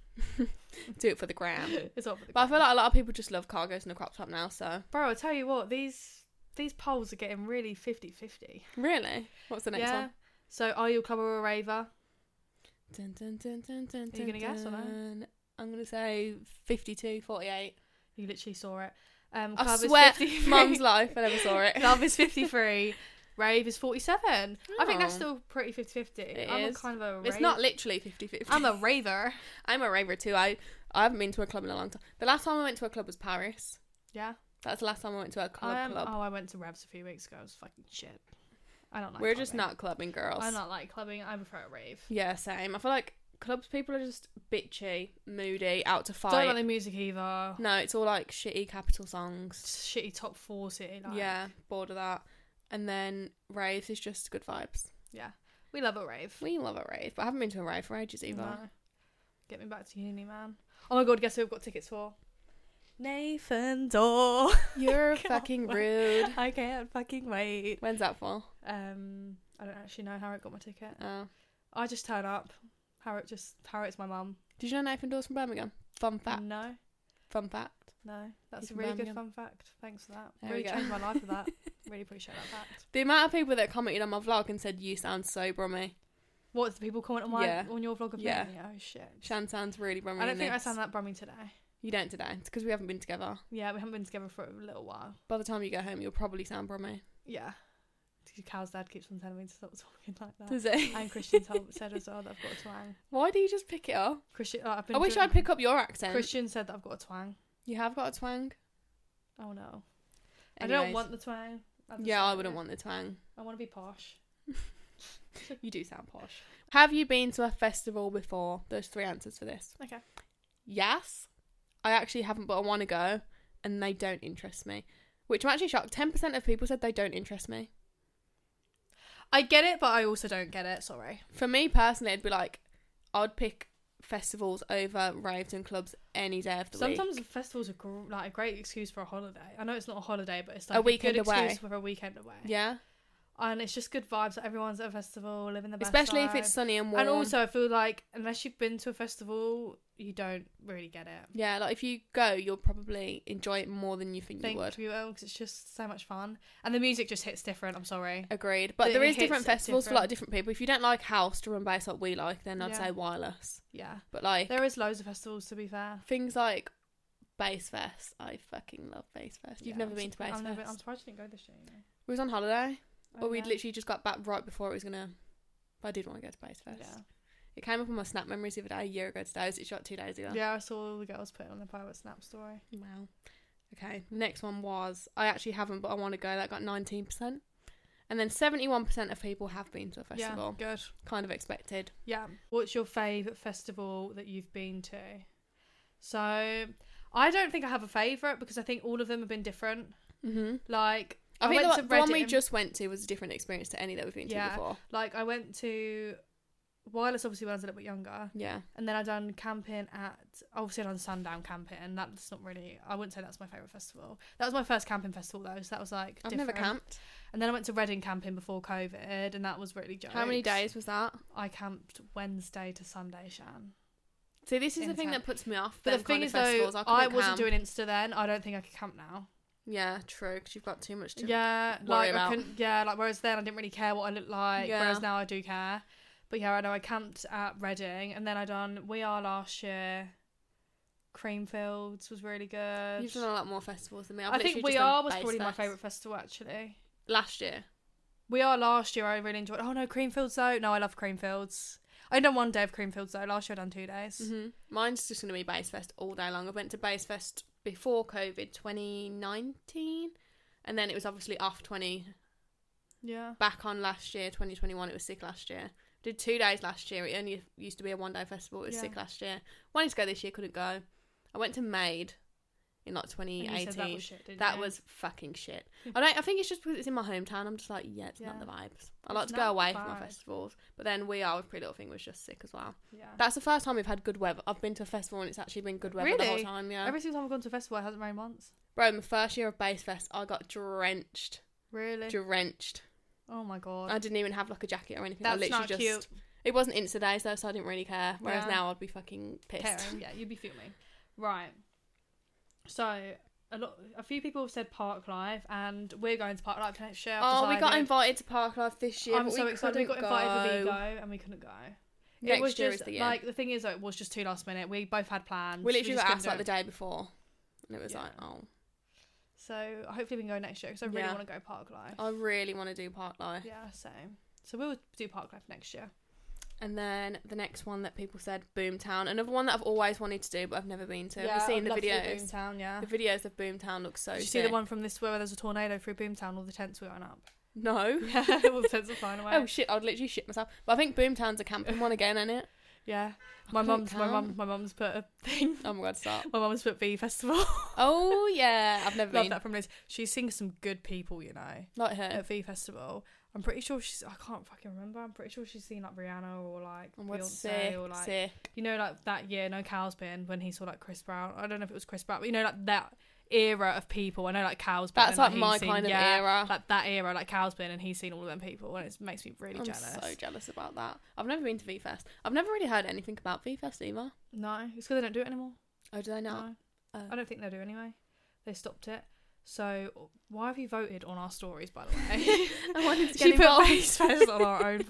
Speaker 1: Do it for the gram.
Speaker 2: it's up. for the
Speaker 1: But I
Speaker 2: gram.
Speaker 1: feel like a lot of people just love cargos and a crop top now, so.
Speaker 2: Bro, I tell you what, these these polls are getting really 50-50.
Speaker 1: Really? What's the next
Speaker 2: yeah.
Speaker 1: one?
Speaker 2: So are you a clubber or a raver?
Speaker 1: Dun, dun, dun, dun, dun,
Speaker 2: Are you gonna guess or no?
Speaker 1: dun. I'm going to say 52, 48.
Speaker 2: You literally saw it. Um,
Speaker 1: I
Speaker 2: club
Speaker 1: swear,
Speaker 2: is 53.
Speaker 1: Mum's life, I never saw it.
Speaker 2: Club is 53. Rave is 47. I think that's
Speaker 1: Oh.
Speaker 2: still pretty 50-50.
Speaker 1: It
Speaker 2: I'm a
Speaker 1: is.
Speaker 2: kind of a
Speaker 1: It's
Speaker 2: rave-
Speaker 1: not literally 50 50.
Speaker 2: I'm a raver.
Speaker 1: I'm a raver too. I, I haven't been to a club in a long time. The last time I went to a club was Paris.
Speaker 2: Yeah.
Speaker 1: That's the last time I went to a club.
Speaker 2: I am,
Speaker 1: club.
Speaker 2: Oh, I went to Revs a few weeks ago. It was fucking shit. I don't like
Speaker 1: We're just
Speaker 2: clubbing.
Speaker 1: not clubbing girls.
Speaker 2: I'm not like clubbing. I prefer a rave.
Speaker 1: Yeah, same. I feel like clubs people are just bitchy, moody, out to
Speaker 2: Don't
Speaker 1: fight.
Speaker 2: like the music either.
Speaker 1: no, it's all like shitty capital songs.
Speaker 2: Just shitty top 40. Like,
Speaker 1: yeah, bored of that. And then raves is just good vibes.
Speaker 2: We love a rave.
Speaker 1: We love a rave, but I haven't been to a rave for ages either.
Speaker 2: No. Get me back to uni, man. Oh my god, guess who I've got tickets for? Nathan Dorr.
Speaker 1: You're
Speaker 2: Can't
Speaker 1: fucking
Speaker 2: wait.
Speaker 1: rude.
Speaker 2: I can't fucking wait.
Speaker 1: When's that for?
Speaker 2: Um, I don't actually know how I got my ticket.
Speaker 1: Oh.
Speaker 2: I just turn up. Harriet just Harriet's my mum.
Speaker 1: Did you know Nathan Dawes from Birmingham?
Speaker 2: Mm.
Speaker 1: Fun fact.
Speaker 2: No,
Speaker 1: Fun fact.
Speaker 2: no, that's a
Speaker 1: from
Speaker 2: really good
Speaker 1: Birmingham.
Speaker 2: fun fact. Thanks for that.
Speaker 1: There we
Speaker 2: really
Speaker 1: go.
Speaker 2: changed my life with that. really appreciate that fact.
Speaker 1: The amount of people that commented on my vlog and said you sound so brummy.
Speaker 2: What the people comment on my
Speaker 1: Yeah.
Speaker 2: on your vlog of
Speaker 1: Yeah.
Speaker 2: me? Oh shit.
Speaker 1: Shan sounds really brummy.
Speaker 2: I
Speaker 1: in
Speaker 2: don't think I
Speaker 1: this.
Speaker 2: sound that brummy today.
Speaker 1: You don't today. It's because we haven't been together.
Speaker 2: Yeah, we haven't been together for a little while.
Speaker 1: By the time you go home, you'll probably sound brummy.
Speaker 2: Yeah. Cal's dad keeps on telling me to stop talking like that.
Speaker 1: Does it?
Speaker 2: and Christian told, said as well that I've got a twang.
Speaker 1: Why do you just pick it up?
Speaker 2: Christian, like, I've been
Speaker 1: I wish
Speaker 2: dri-
Speaker 1: I'd pick up your accent.
Speaker 2: Christian said that I've got a twang.
Speaker 1: You have got a twang.
Speaker 2: Oh no, I don't
Speaker 1: Anyways.
Speaker 2: want the twang. I've
Speaker 1: Yeah, I
Speaker 2: decided.
Speaker 1: wouldn't want the twang.
Speaker 2: I want to be posh.
Speaker 1: You do sound posh. Have you been to a festival before? There's three answers for this.
Speaker 2: Okay.
Speaker 1: Yes, I actually haven't, but I want to go, and they don't interest me. Which I'm actually shocked. Ten percent of people said they don't interest me.
Speaker 2: I get it, but I also don't get it. Sorry.
Speaker 1: For me personally, it'd be like I'd pick festivals over raves and clubs any day of the week.
Speaker 2: Sometimes festivals are gr- like a great excuse for a holiday. I know it's not a holiday, but it's like
Speaker 1: A weekend
Speaker 2: good
Speaker 1: away.
Speaker 2: excuse for a weekend away.
Speaker 1: Yeah,
Speaker 2: and it's just good vibes. Like everyone's at a festival, living the best.
Speaker 1: especially if
Speaker 2: life.
Speaker 1: it's sunny and warm.
Speaker 2: And also, I feel like unless you've been to a festival, you don't really get it.
Speaker 1: yeah, like if you go, you'll probably enjoy it more than you think,
Speaker 2: Think
Speaker 1: you would.
Speaker 2: you will because it's just so much fun, and the music just hits different. I'm sorry.
Speaker 1: Agreed, but
Speaker 2: But
Speaker 1: there
Speaker 2: it
Speaker 1: is different
Speaker 2: hits at
Speaker 1: festivals for a lot of different people. If you don't like house drum and bass like we like, then I'd
Speaker 2: Yeah.
Speaker 1: say wireless.
Speaker 2: Yeah.
Speaker 1: But like
Speaker 2: There is loads of festivals to be fair.
Speaker 1: things like Bass Fest, I fucking love Bass Fest. You've
Speaker 2: Yeah,
Speaker 1: never
Speaker 2: I'm
Speaker 1: been to
Speaker 2: surpri-
Speaker 1: Bass
Speaker 2: I'm never- I'm
Speaker 1: Fest.
Speaker 2: surprised you didn't go this year. You know.
Speaker 1: We was on holiday,
Speaker 2: Oh,
Speaker 1: or we'd
Speaker 2: yeah.
Speaker 1: literally just got back right before it was gonna. But I did want to go to Bass Fest.
Speaker 2: Yeah.
Speaker 1: It came up on my snap memories the other day, a year ago today. It's shot two days ago.
Speaker 2: yeah, I saw all the girls put it on their private snap story.
Speaker 1: Wow. Okay. The next one was I actually haven't, but I want to go. That got nineteen percent, and then seventy-one percent of people have been to a festival.
Speaker 2: Yeah, good.
Speaker 1: Kind of expected.
Speaker 2: Yeah. What's your favourite festival that you've been to? So, I don't think I have a favourite because I think all of them have been different.
Speaker 1: Mm-hmm.
Speaker 2: Like,
Speaker 1: I,
Speaker 2: I
Speaker 1: think the, one-
Speaker 2: went to
Speaker 1: the one we
Speaker 2: Reading.
Speaker 1: just went to was a different experience to any that we've been to
Speaker 2: Yeah.
Speaker 1: before.
Speaker 2: like I went to Wireless obviously when I was a little bit younger,
Speaker 1: Yeah.
Speaker 2: and then I done camping at obviously I done Sundown camping, and that's not really I wouldn't say that's my favourite festival. That was my first camping festival though, so that was like
Speaker 1: I've
Speaker 2: different.
Speaker 1: never camped.
Speaker 2: And then I went to Reading camping before COVID, and that was really jokes.
Speaker 1: How many days was that?
Speaker 2: I camped Wednesday to Sunday, Shan.
Speaker 1: See, this is the thing
Speaker 2: Intense.
Speaker 1: that puts me off.
Speaker 2: But
Speaker 1: them
Speaker 2: the thing
Speaker 1: kind of
Speaker 2: is, though,
Speaker 1: festivals.
Speaker 2: I,
Speaker 1: couldn't
Speaker 2: wasn't
Speaker 1: camp.
Speaker 2: doing Insta then. I don't think I could camp now.
Speaker 1: Yeah, true. Because you've got too much to.
Speaker 2: yeah,
Speaker 1: worry
Speaker 2: like
Speaker 1: about.
Speaker 2: I couldn't. Yeah, like whereas then I didn't really care what I looked like.
Speaker 1: Yeah.
Speaker 2: Whereas now I do care. But yeah, I know I camped at Reading, and then I done We Are last year. Creamfields was really good.
Speaker 1: You've done a lot more festivals than me. I've
Speaker 2: I think
Speaker 1: literally
Speaker 2: We
Speaker 1: just done
Speaker 2: Are was
Speaker 1: Bass
Speaker 2: probably my
Speaker 1: Fest.
Speaker 2: favourite festival actually.
Speaker 1: last year.
Speaker 2: We Are last year I really enjoyed. Oh no, Creamfields though. No, I love Creamfields. I done one day of Creamfields though. Last year I done two days.
Speaker 1: hmm Mine's just going to be Bass Fest all day long. I went to Bass Fest before COVID 2019, and then it was obviously off 20,
Speaker 2: Yeah.
Speaker 1: back on last year, 2021. It was sick last year. Did two days last year. It only used to be a one day festival. It was
Speaker 2: Yeah.
Speaker 1: sick last year. Wanted to go this year, couldn't go. I went to Maid in like
Speaker 2: And
Speaker 1: 2018.
Speaker 2: you said that was shit, didn't
Speaker 1: That
Speaker 2: you?
Speaker 1: was fucking shit. I don't. I think it's just because it's in my hometown. I'm just like, yeah, it's not the
Speaker 2: Yeah.
Speaker 1: vibes. I like
Speaker 2: It's
Speaker 1: to go
Speaker 2: not
Speaker 1: away
Speaker 2: the
Speaker 1: from my
Speaker 2: vibe.
Speaker 1: festivals, but then we are with Pretty Little Thing was just sick as well.
Speaker 2: Yeah.
Speaker 1: That's the first time we've had good weather. I've been to a festival and it's actually been good weather the whole
Speaker 2: Really?
Speaker 1: time. Yeah,
Speaker 2: Every single time I've gone to a festival, it hasn't rained once.
Speaker 1: bro. My first year of Bass Fest, I got drenched,
Speaker 2: Really?
Speaker 1: drenched.
Speaker 2: Oh my god.
Speaker 1: I didn't even have like a jacket or anything. I
Speaker 2: That's
Speaker 1: literally
Speaker 2: not
Speaker 1: just
Speaker 2: cute.
Speaker 1: It wasn't Insta days though, so I didn't really care. Whereas
Speaker 2: Yeah.
Speaker 1: now I'd be fucking pissed.
Speaker 2: Karen, yeah, you'd be fuming. Right. So a lot, a few people have said park life, and we're going to park life next year. I've
Speaker 1: Oh, we got
Speaker 2: decided.
Speaker 1: invited to Park Life this year.
Speaker 2: I'm
Speaker 1: but
Speaker 2: so
Speaker 1: we
Speaker 2: excited. We got
Speaker 1: couldn't
Speaker 2: invited with
Speaker 1: go.
Speaker 2: Ego, and we couldn't go.
Speaker 1: Next
Speaker 2: it was
Speaker 1: year
Speaker 2: just
Speaker 1: is the year.
Speaker 2: like the thing is, though, it was just too last minute. We both had plans.
Speaker 1: we literally
Speaker 2: just
Speaker 1: got asked like
Speaker 2: couldn't
Speaker 1: the day
Speaker 2: do
Speaker 1: before, and it was
Speaker 2: Yeah.
Speaker 1: like, oh,
Speaker 2: it. So hopefully we can go next year because I really
Speaker 1: Yeah.
Speaker 2: want to go park life.
Speaker 1: I really want to do Park Life.
Speaker 2: Yeah, so so we'll do park life next year.
Speaker 1: And then the next one that people said, Boomtown. Another one that I've always wanted to do, but I've never been to. Have you
Speaker 2: I'd
Speaker 1: seen the
Speaker 2: love to do
Speaker 1: videos?
Speaker 2: Boomtown, yeah.
Speaker 1: The videos of Boomtown look so.
Speaker 2: Did you
Speaker 1: sick.
Speaker 2: see the one from this where there's a tornado through Boomtown? All the tents were going up.
Speaker 1: No.
Speaker 2: all the tents were flying away.
Speaker 1: Oh shit! I'd literally shit myself. But I think Boomtown's a camping one again, isn't it?
Speaker 2: Yeah, my
Speaker 1: couldn't
Speaker 2: mum's my
Speaker 1: tell.
Speaker 2: mum my mum's put a thing.
Speaker 1: Oh my god, stop!
Speaker 2: My mum's put V festival.
Speaker 1: Oh yeah, I've never
Speaker 2: Love
Speaker 1: been.
Speaker 2: that from Liz. She's seen some good people, you know,
Speaker 1: Like her.
Speaker 2: at V festival. I'm pretty sure she's. I can't fucking remember. I'm pretty sure she's seen like Rihanna or like
Speaker 1: Oh my god,
Speaker 2: Beyonce
Speaker 1: sick,
Speaker 2: or like
Speaker 1: sick.
Speaker 2: you know like that year No Cow's Been when he saw like Chris Brown. I don't know if it was Chris Brown, but you know like that era of people. I know like Cow's Been.
Speaker 1: That's
Speaker 2: and,
Speaker 1: like
Speaker 2: he's
Speaker 1: my
Speaker 2: seen-
Speaker 1: kind of
Speaker 2: yeah,
Speaker 1: era.
Speaker 2: Like that era, like Cow's Been, and he's seen all of them people, and it makes me really
Speaker 1: I'm
Speaker 2: jealous.
Speaker 1: so jealous about that. I've never been to V Fest. I've never really heard anything about V Fest either.
Speaker 2: no, it's because they don't do it anymore.
Speaker 1: Oh, do they not?
Speaker 2: No. Uh.
Speaker 1: Oh.
Speaker 2: I don't think they do anyway. They stopped it. So why have you voted on our stories, by the way?
Speaker 1: I wanted to get
Speaker 2: she put
Speaker 1: involved.
Speaker 2: Basefest on our own.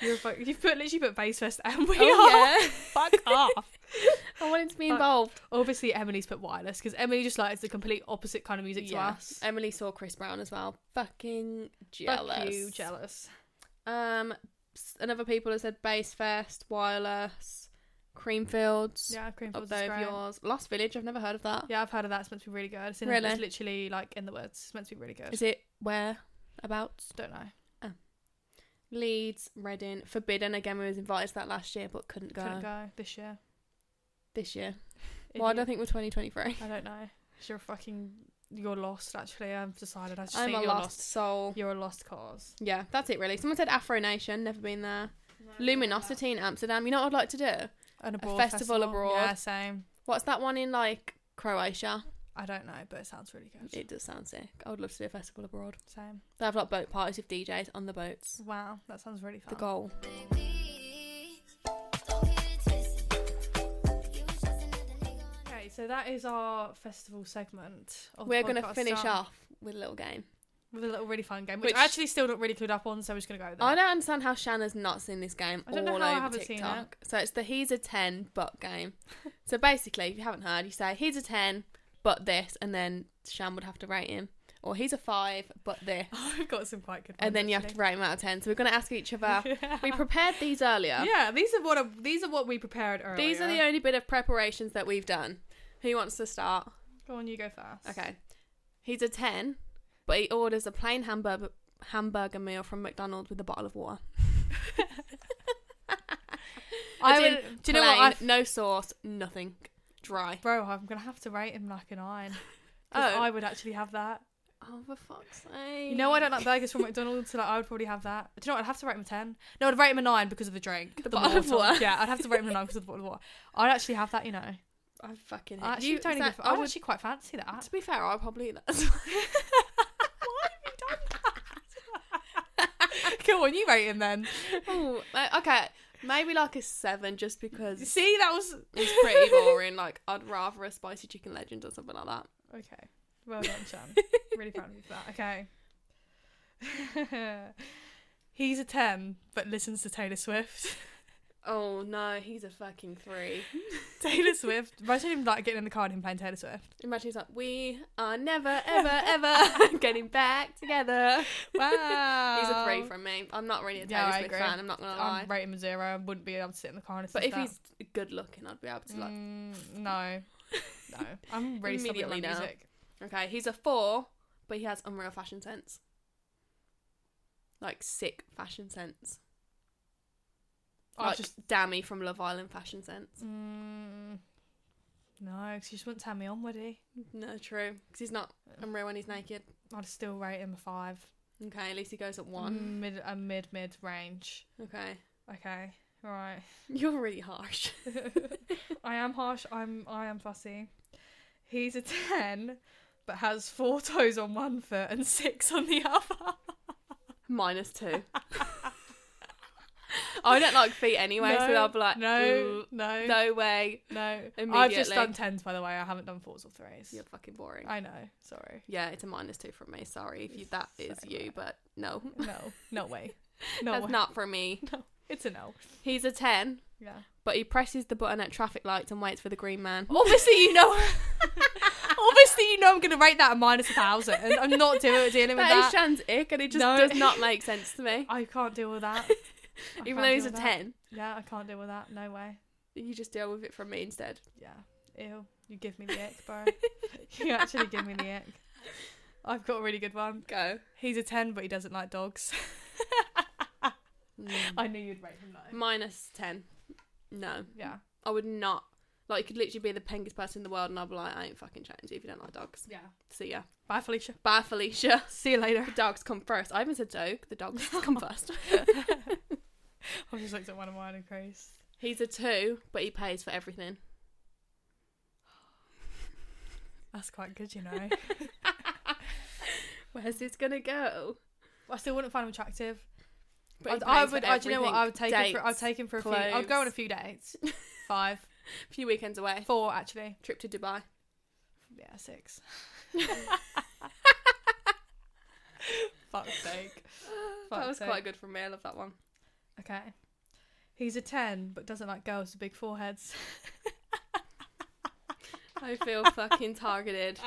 Speaker 2: You're vo- you put literally put Basefest and we
Speaker 1: Oh, yeah.
Speaker 2: are fuck off.
Speaker 1: I wanted to be
Speaker 2: But-
Speaker 1: involved.
Speaker 2: Obviously, Emily's put Wireless because Emily just likes the complete opposite kind of music
Speaker 1: Yeah.
Speaker 2: to us.
Speaker 1: Emily saw Chris Brown as well. Fucking jealous.
Speaker 2: Fuck you, jealous.
Speaker 1: Um, s- another people have said Bass Fest, Wireless, Creamfields.
Speaker 2: Yeah,
Speaker 1: Up
Speaker 2: Creamfields is
Speaker 1: there of
Speaker 2: great.
Speaker 1: yours. Lost Village. I've never heard of that. Is
Speaker 2: Yeah, I've heard of that. It's meant to be really good. It's, in,
Speaker 1: Really?
Speaker 2: it's literally like in the words. It's meant to be really good.
Speaker 1: it where? About
Speaker 2: Don't know.
Speaker 1: Leeds, Reading, Forbidden. Again, we was invited to that last year, but couldn't go
Speaker 2: Couldn't go this year.
Speaker 1: this year. Why do I
Speaker 2: Idiot.
Speaker 1: think we're 2023?
Speaker 2: I don't know. You're a fucking. You're lost. Actually, I've decided. I just
Speaker 1: I'm
Speaker 2: think
Speaker 1: a
Speaker 2: you're
Speaker 1: lost,
Speaker 2: lost.
Speaker 1: soul.
Speaker 2: You're a lost cause.
Speaker 1: Yeah, that's it really. Someone said Afro Nation, never been there. Luminosity in Amsterdam. You know what I'd like to do?
Speaker 2: An abroad
Speaker 1: festival abroad.
Speaker 2: Yeah, same.
Speaker 1: What's that one in like Croatia?
Speaker 2: I don't know, but it sounds really good.
Speaker 1: It does sound sick. I would love to do a festival abroad.
Speaker 2: Same.
Speaker 1: They have like boat parties with DJs on the boats.
Speaker 2: Wow, that sounds really fun.
Speaker 1: The goal.
Speaker 2: Okay, so that is our festival segment. Of the
Speaker 1: We're going to
Speaker 2: podcast
Speaker 1: finish
Speaker 2: done
Speaker 1: off with a little game.
Speaker 2: with a little really fun game, which,
Speaker 1: Which-
Speaker 2: I actually still not really clued up on, so we're just gonna go with it.
Speaker 1: I don't understand how Shanna's not seen this game
Speaker 2: I
Speaker 1: all
Speaker 2: don't know
Speaker 1: over
Speaker 2: how I haven't seen
Speaker 1: TikTok. So it's the he's a 10 but game. so basically, if you haven't heard, you say he's a 10 but this, and then Shan would have to rate him. Or he's a 5 but this.
Speaker 2: I've got some quite good.
Speaker 1: and then you have to rate them out of 10. So we're going to ask each of our. we prepared these earlier.
Speaker 2: Yeah, these are what I, these are what we prepared earlier.
Speaker 1: These are the only bit of preparations that we've done. Who wants to start?
Speaker 2: Go on, you go first.
Speaker 1: Okay. He's a 10, but he orders a plain hamburger hamburger meal from McDonald's with a bottle of water.
Speaker 2: I
Speaker 1: As in,
Speaker 2: would. Do you know what?
Speaker 1: plain,
Speaker 2: I
Speaker 1: No sauce, nothing. Dry.
Speaker 2: Bro, I'm gonna have to rate him like an iron. 'Cause
Speaker 1: Oh.
Speaker 2: I would actually have that.
Speaker 1: Oh, for fuck's sake.
Speaker 2: You know, I don't like burgers from McDonald's, so like, I would probably have that. Do you know what? I'd have to rate him a 10. No, I'd rate him a 9 because of the drink.
Speaker 1: The bottle of water.
Speaker 2: Yeah, I'd have to rate him a 9 because of the bottle of water. I'd actually have that, you know. I
Speaker 1: I fucking hate
Speaker 2: actually,
Speaker 1: you.
Speaker 2: don't
Speaker 1: Zach,
Speaker 2: even, I
Speaker 1: I
Speaker 2: would,
Speaker 1: would,
Speaker 2: actually quite fancy that.
Speaker 1: to be fair, I probably. That's
Speaker 2: Why have you done that? Go on, you rate him then.
Speaker 1: Ooh, uh, okay, maybe like a seven, just because
Speaker 2: See, that was.
Speaker 1: it's pretty boring. Like, I'd rather a spicy chicken legend or something like that.
Speaker 2: Okay. Well done, Chan. really proud of you for that. Okay. He's a 10, but listens to Taylor Swift.
Speaker 1: Oh no, he's a fucking three.
Speaker 2: Taylor Swift. Imagine him like getting in the car and him playing Taylor Swift.
Speaker 1: Imagine he's like, we are never, ever, ever getting back together.
Speaker 2: Wow.
Speaker 1: He's a three from me. I'm not really a Taylor
Speaker 2: Yeah, I
Speaker 1: Swift
Speaker 2: agree.
Speaker 1: fan. I'm not gonna lie.
Speaker 2: I'd rate him a zero. I wouldn't be able to sit in the car and
Speaker 1: but if
Speaker 2: listen to
Speaker 1: he's good looking, I'd be able to
Speaker 2: that.
Speaker 1: like.
Speaker 2: Mm, no, no, I'm really stopping my
Speaker 1: Immediately no.
Speaker 2: music.
Speaker 1: Okay, he's a four, but he has unreal fashion sense. Like sick fashion sense.
Speaker 2: I
Speaker 1: Like
Speaker 2: just
Speaker 1: Dammy from Love Island fashion sense.
Speaker 2: mm, No, because he just wouldn't turn me on, would he?
Speaker 1: No, true. Because he's not unreal when he's naked.
Speaker 2: I'd still rate him a five.
Speaker 1: Okay, at least he goes at one.
Speaker 2: Mid, a mid, mid range.
Speaker 1: Okay.
Speaker 2: Okay. Right.
Speaker 1: You're really harsh.
Speaker 2: I am harsh. I'm, I am fussy. He's a 10, but has four toes on one foot and six on the other.
Speaker 1: Minus two. I don't like feet anyway, so I'll be like,
Speaker 2: no,
Speaker 1: "Ooh,
Speaker 2: no, no,
Speaker 1: no way.
Speaker 2: no. I've just
Speaker 1: Immediately.
Speaker 2: done tens, by the way. I haven't done fours or threes.
Speaker 1: You're fucking boring.
Speaker 2: I know. Sorry.
Speaker 1: yeah, it's a minus two from me. Sorry if you, that is
Speaker 2: So
Speaker 1: you,
Speaker 2: bad.
Speaker 1: but no,
Speaker 2: No. No way. No
Speaker 1: that's
Speaker 2: way.
Speaker 1: not for me.
Speaker 2: It's a no.
Speaker 1: He's a ten,
Speaker 2: Yeah.
Speaker 1: but he presses the button at traffic lights and waits for the green man.
Speaker 2: Obviously, you know. obviously, you know I'm gonna rate that a minus a thousand. I'm not deal- dealing with
Speaker 1: That is
Speaker 2: that.
Speaker 1: Shan's ick, and it just
Speaker 2: No.
Speaker 1: does not make sense to me.
Speaker 2: I can't deal with that. I
Speaker 1: Even
Speaker 2: can't
Speaker 1: though he's
Speaker 2: deal
Speaker 1: a
Speaker 2: with that.
Speaker 1: ten,
Speaker 2: Yeah, I can't deal with that. No way.
Speaker 1: you just deal with it from me instead.
Speaker 2: Yeah. Ew. You give me the ick, bro. you actually give me the ick. I've got a really good one.
Speaker 1: Go.
Speaker 2: He's a ten, but he doesn't like dogs.
Speaker 1: Mm.
Speaker 2: I knew you'd rate him low.
Speaker 1: Minus ten. No,
Speaker 2: Yeah.
Speaker 1: I would not. Like, you could literally be the pengest person in the world, and I'd be like, I ain't fucking changing if you don't like dogs.
Speaker 2: Yeah.
Speaker 1: See ya.
Speaker 2: Bye, Felicia.
Speaker 1: Bye, Felicia.
Speaker 2: See you later.
Speaker 1: The dogs come first. I haven't said joke. The dogs come first.
Speaker 2: I just looked at one of mine and Chris.
Speaker 1: He's a two, but he pays for everything.
Speaker 2: That's quite good, you know.
Speaker 1: Where's this gonna go?
Speaker 2: I still wouldn't find him attractive.
Speaker 1: But he
Speaker 2: I'd- I
Speaker 1: pays for
Speaker 2: would. I, do you know what? I would
Speaker 1: everything.
Speaker 2: take him. For, I'd
Speaker 1: Dates,
Speaker 2: take him for a few. I'd go on a few dates. Five,
Speaker 1: a few weekends away.
Speaker 2: four actually.
Speaker 1: Trip to Dubai.
Speaker 2: Yeah, six. Fuck's sake.
Speaker 1: that was
Speaker 2: sake.
Speaker 1: quite good for me. I love that one.
Speaker 2: Okay. He's a ten, but doesn't like girls with big foreheads.
Speaker 1: I feel fucking targeted.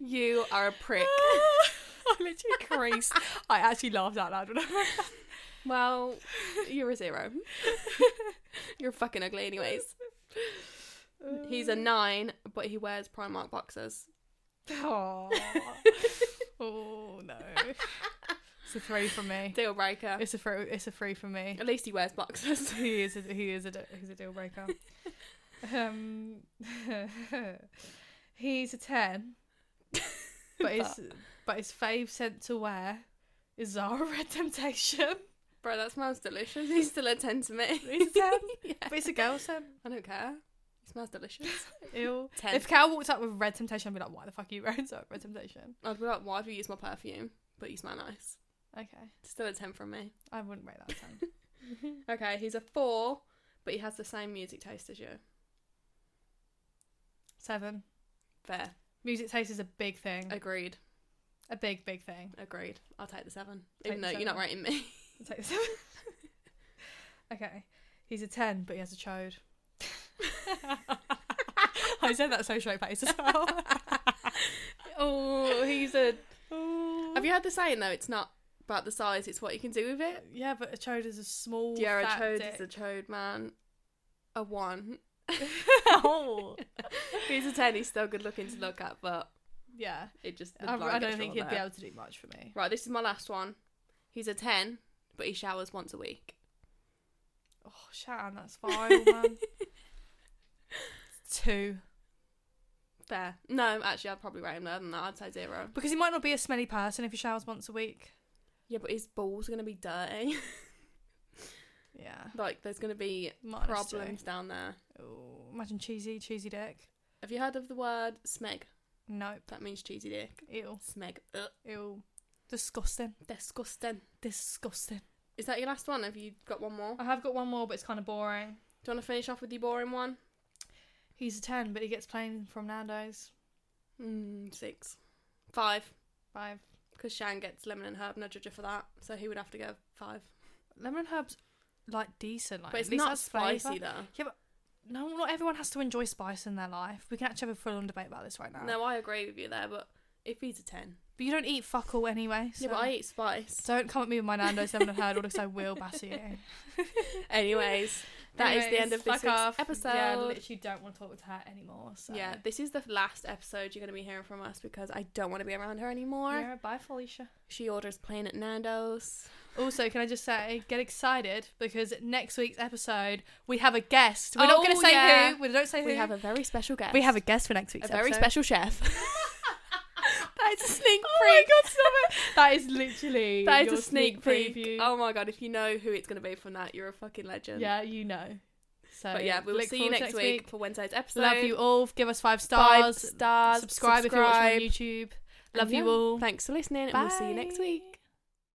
Speaker 1: you are a prick.
Speaker 2: I literally creased. I actually laughed out loud when I read that.
Speaker 1: Well, you're a zero. you're fucking ugly, anyways. He's a nine, but he wears Primark boxers.
Speaker 2: Aw. oh no. It's a three for me.
Speaker 1: Deal breaker.
Speaker 2: It's a three. It's a three for me.
Speaker 1: At least he wears boxers.
Speaker 2: he is a, he is a de- he's a deal breaker. um, he's a ten, but his but his fave scent to wear is Zara Red Temptation.
Speaker 1: Bro, that smells delicious. He's still a 10 to me.
Speaker 2: He's a ten,
Speaker 1: Yeah.
Speaker 2: but it's a girl scent.
Speaker 1: I don't care. It smells delicious.
Speaker 2: Ew.
Speaker 1: 10.
Speaker 2: If Cal walked up with Red Temptation, I'd be like, why the fuck are you wearing Zara Red Temptation?
Speaker 1: I'd be like, why have you used my perfume? But you smell nice.
Speaker 2: Okay,
Speaker 1: Still a 10 from me.
Speaker 2: I wouldn't rate that a ten.
Speaker 1: Okay, he's a 4, but he has the same music taste as you.
Speaker 2: Seven.
Speaker 1: Fair.
Speaker 2: Music taste is a big thing.
Speaker 1: Agreed.
Speaker 2: A big, big thing.
Speaker 1: Agreed. I'll take the 7.
Speaker 2: Take
Speaker 1: Even
Speaker 2: the
Speaker 1: though you're not
Speaker 2: seven.
Speaker 1: rating me.
Speaker 2: I'll take the seven. okay. He's a 10, but he has a chode. I said that so straight faced as well.
Speaker 1: oh, he's a. Have you heard the saying though? It's not about the size, it's what you can do with it.
Speaker 2: Yeah, but a chode is a small.
Speaker 1: Yeah, a
Speaker 2: fat
Speaker 1: chode is a
Speaker 2: dick.
Speaker 1: chode, man. A 1.
Speaker 2: Oh.
Speaker 1: He's a 10, he's still good looking to look at, but
Speaker 2: Yeah.
Speaker 1: it just. the
Speaker 2: I,
Speaker 1: line
Speaker 2: I
Speaker 1: gets
Speaker 2: don't
Speaker 1: drawn
Speaker 2: think he'd
Speaker 1: there.
Speaker 2: be able to do much for me.
Speaker 1: Right, this is my last one. He's a 10, but he showers once a week.
Speaker 2: Oh, Shan, that's vile, man. Two.
Speaker 1: Fair. No, actually, I'd probably rate him lower than that. I'd say zero.
Speaker 2: Because he might not be a smelly person if he showers once a week.
Speaker 1: Yeah, but his balls are going to be dirty.
Speaker 2: Yeah.
Speaker 1: like, there's going to be
Speaker 2: Minus two.
Speaker 1: problems down there.
Speaker 2: Ooh, imagine cheesy, cheesy dick.
Speaker 1: Have you heard of the word smeg?
Speaker 2: Nope.
Speaker 1: That means cheesy dick.
Speaker 2: Ew.
Speaker 1: Smeg. Ugh,
Speaker 2: Ew. Disgusting.
Speaker 1: disgusting.
Speaker 2: Disgusting.
Speaker 1: Is that your last one? Have you got one more?
Speaker 2: I have got one more, but it's kind of boring.
Speaker 1: Do you want to finish off with your boring one?
Speaker 2: He's a 10, but he gets plain from Nando's.
Speaker 1: Mm, six. Five.
Speaker 2: Five.
Speaker 1: Because Shan gets lemon and herb, no judger for that. So he would have to go five.
Speaker 2: Lemon and herbs, like, decent. Like,
Speaker 1: But
Speaker 2: at
Speaker 1: it's
Speaker 2: least
Speaker 1: not
Speaker 2: that's
Speaker 1: spicy,
Speaker 2: flavour.
Speaker 1: though.
Speaker 2: No, not everyone has to enjoy spice in their life. We can actually have a full on debate about this right now.
Speaker 1: No, I agree with you there, but if he's a 10.
Speaker 2: But you don't eat fuck all anyway. So
Speaker 1: Yeah, but I eat spice.
Speaker 2: Don't come at me with my Nando's lemon and herb order because I will batter you.
Speaker 1: Anyways, that is the end of this
Speaker 2: Anyways,
Speaker 1: week's
Speaker 2: fuck off.
Speaker 1: episode.
Speaker 2: Yeah, I
Speaker 1: Yeah,
Speaker 2: literally don't want to talk to her anymore. So.
Speaker 1: this is the last episode you're going to be hearing from us because I don't want to be around her anymore.
Speaker 2: Yeah, bye, Felicia.
Speaker 1: She orders plain at Nando's.
Speaker 2: Also, can I just say, get excited because next week's episode we have a guest. We're not going
Speaker 1: Oh,
Speaker 2: to say
Speaker 1: yeah.
Speaker 2: who. We don't say who.
Speaker 1: We have a very special guest.
Speaker 2: we have a guest for next week's
Speaker 1: a very
Speaker 2: episode.
Speaker 1: special chef. that is a sneak
Speaker 2: Oh my god, stop it! That is literally
Speaker 1: That is
Speaker 2: your
Speaker 1: a sneak,
Speaker 2: preview.
Speaker 1: preview. Oh my god, if you know who it's going to be from that, you're a fucking legend.
Speaker 2: Yeah, you know. So
Speaker 1: But yeah, we will
Speaker 2: look
Speaker 1: see you
Speaker 2: forward to
Speaker 1: next week, for Wednesday's episode.
Speaker 2: Love you all. Give us five
Speaker 1: Five
Speaker 2: stars.
Speaker 1: stars.
Speaker 2: subscribe, if you're watching on YouTube. Love
Speaker 1: And
Speaker 2: you
Speaker 1: yeah,
Speaker 2: all.
Speaker 1: Thanks for listening, and we'll see you next
Speaker 2: Bye.
Speaker 1: week.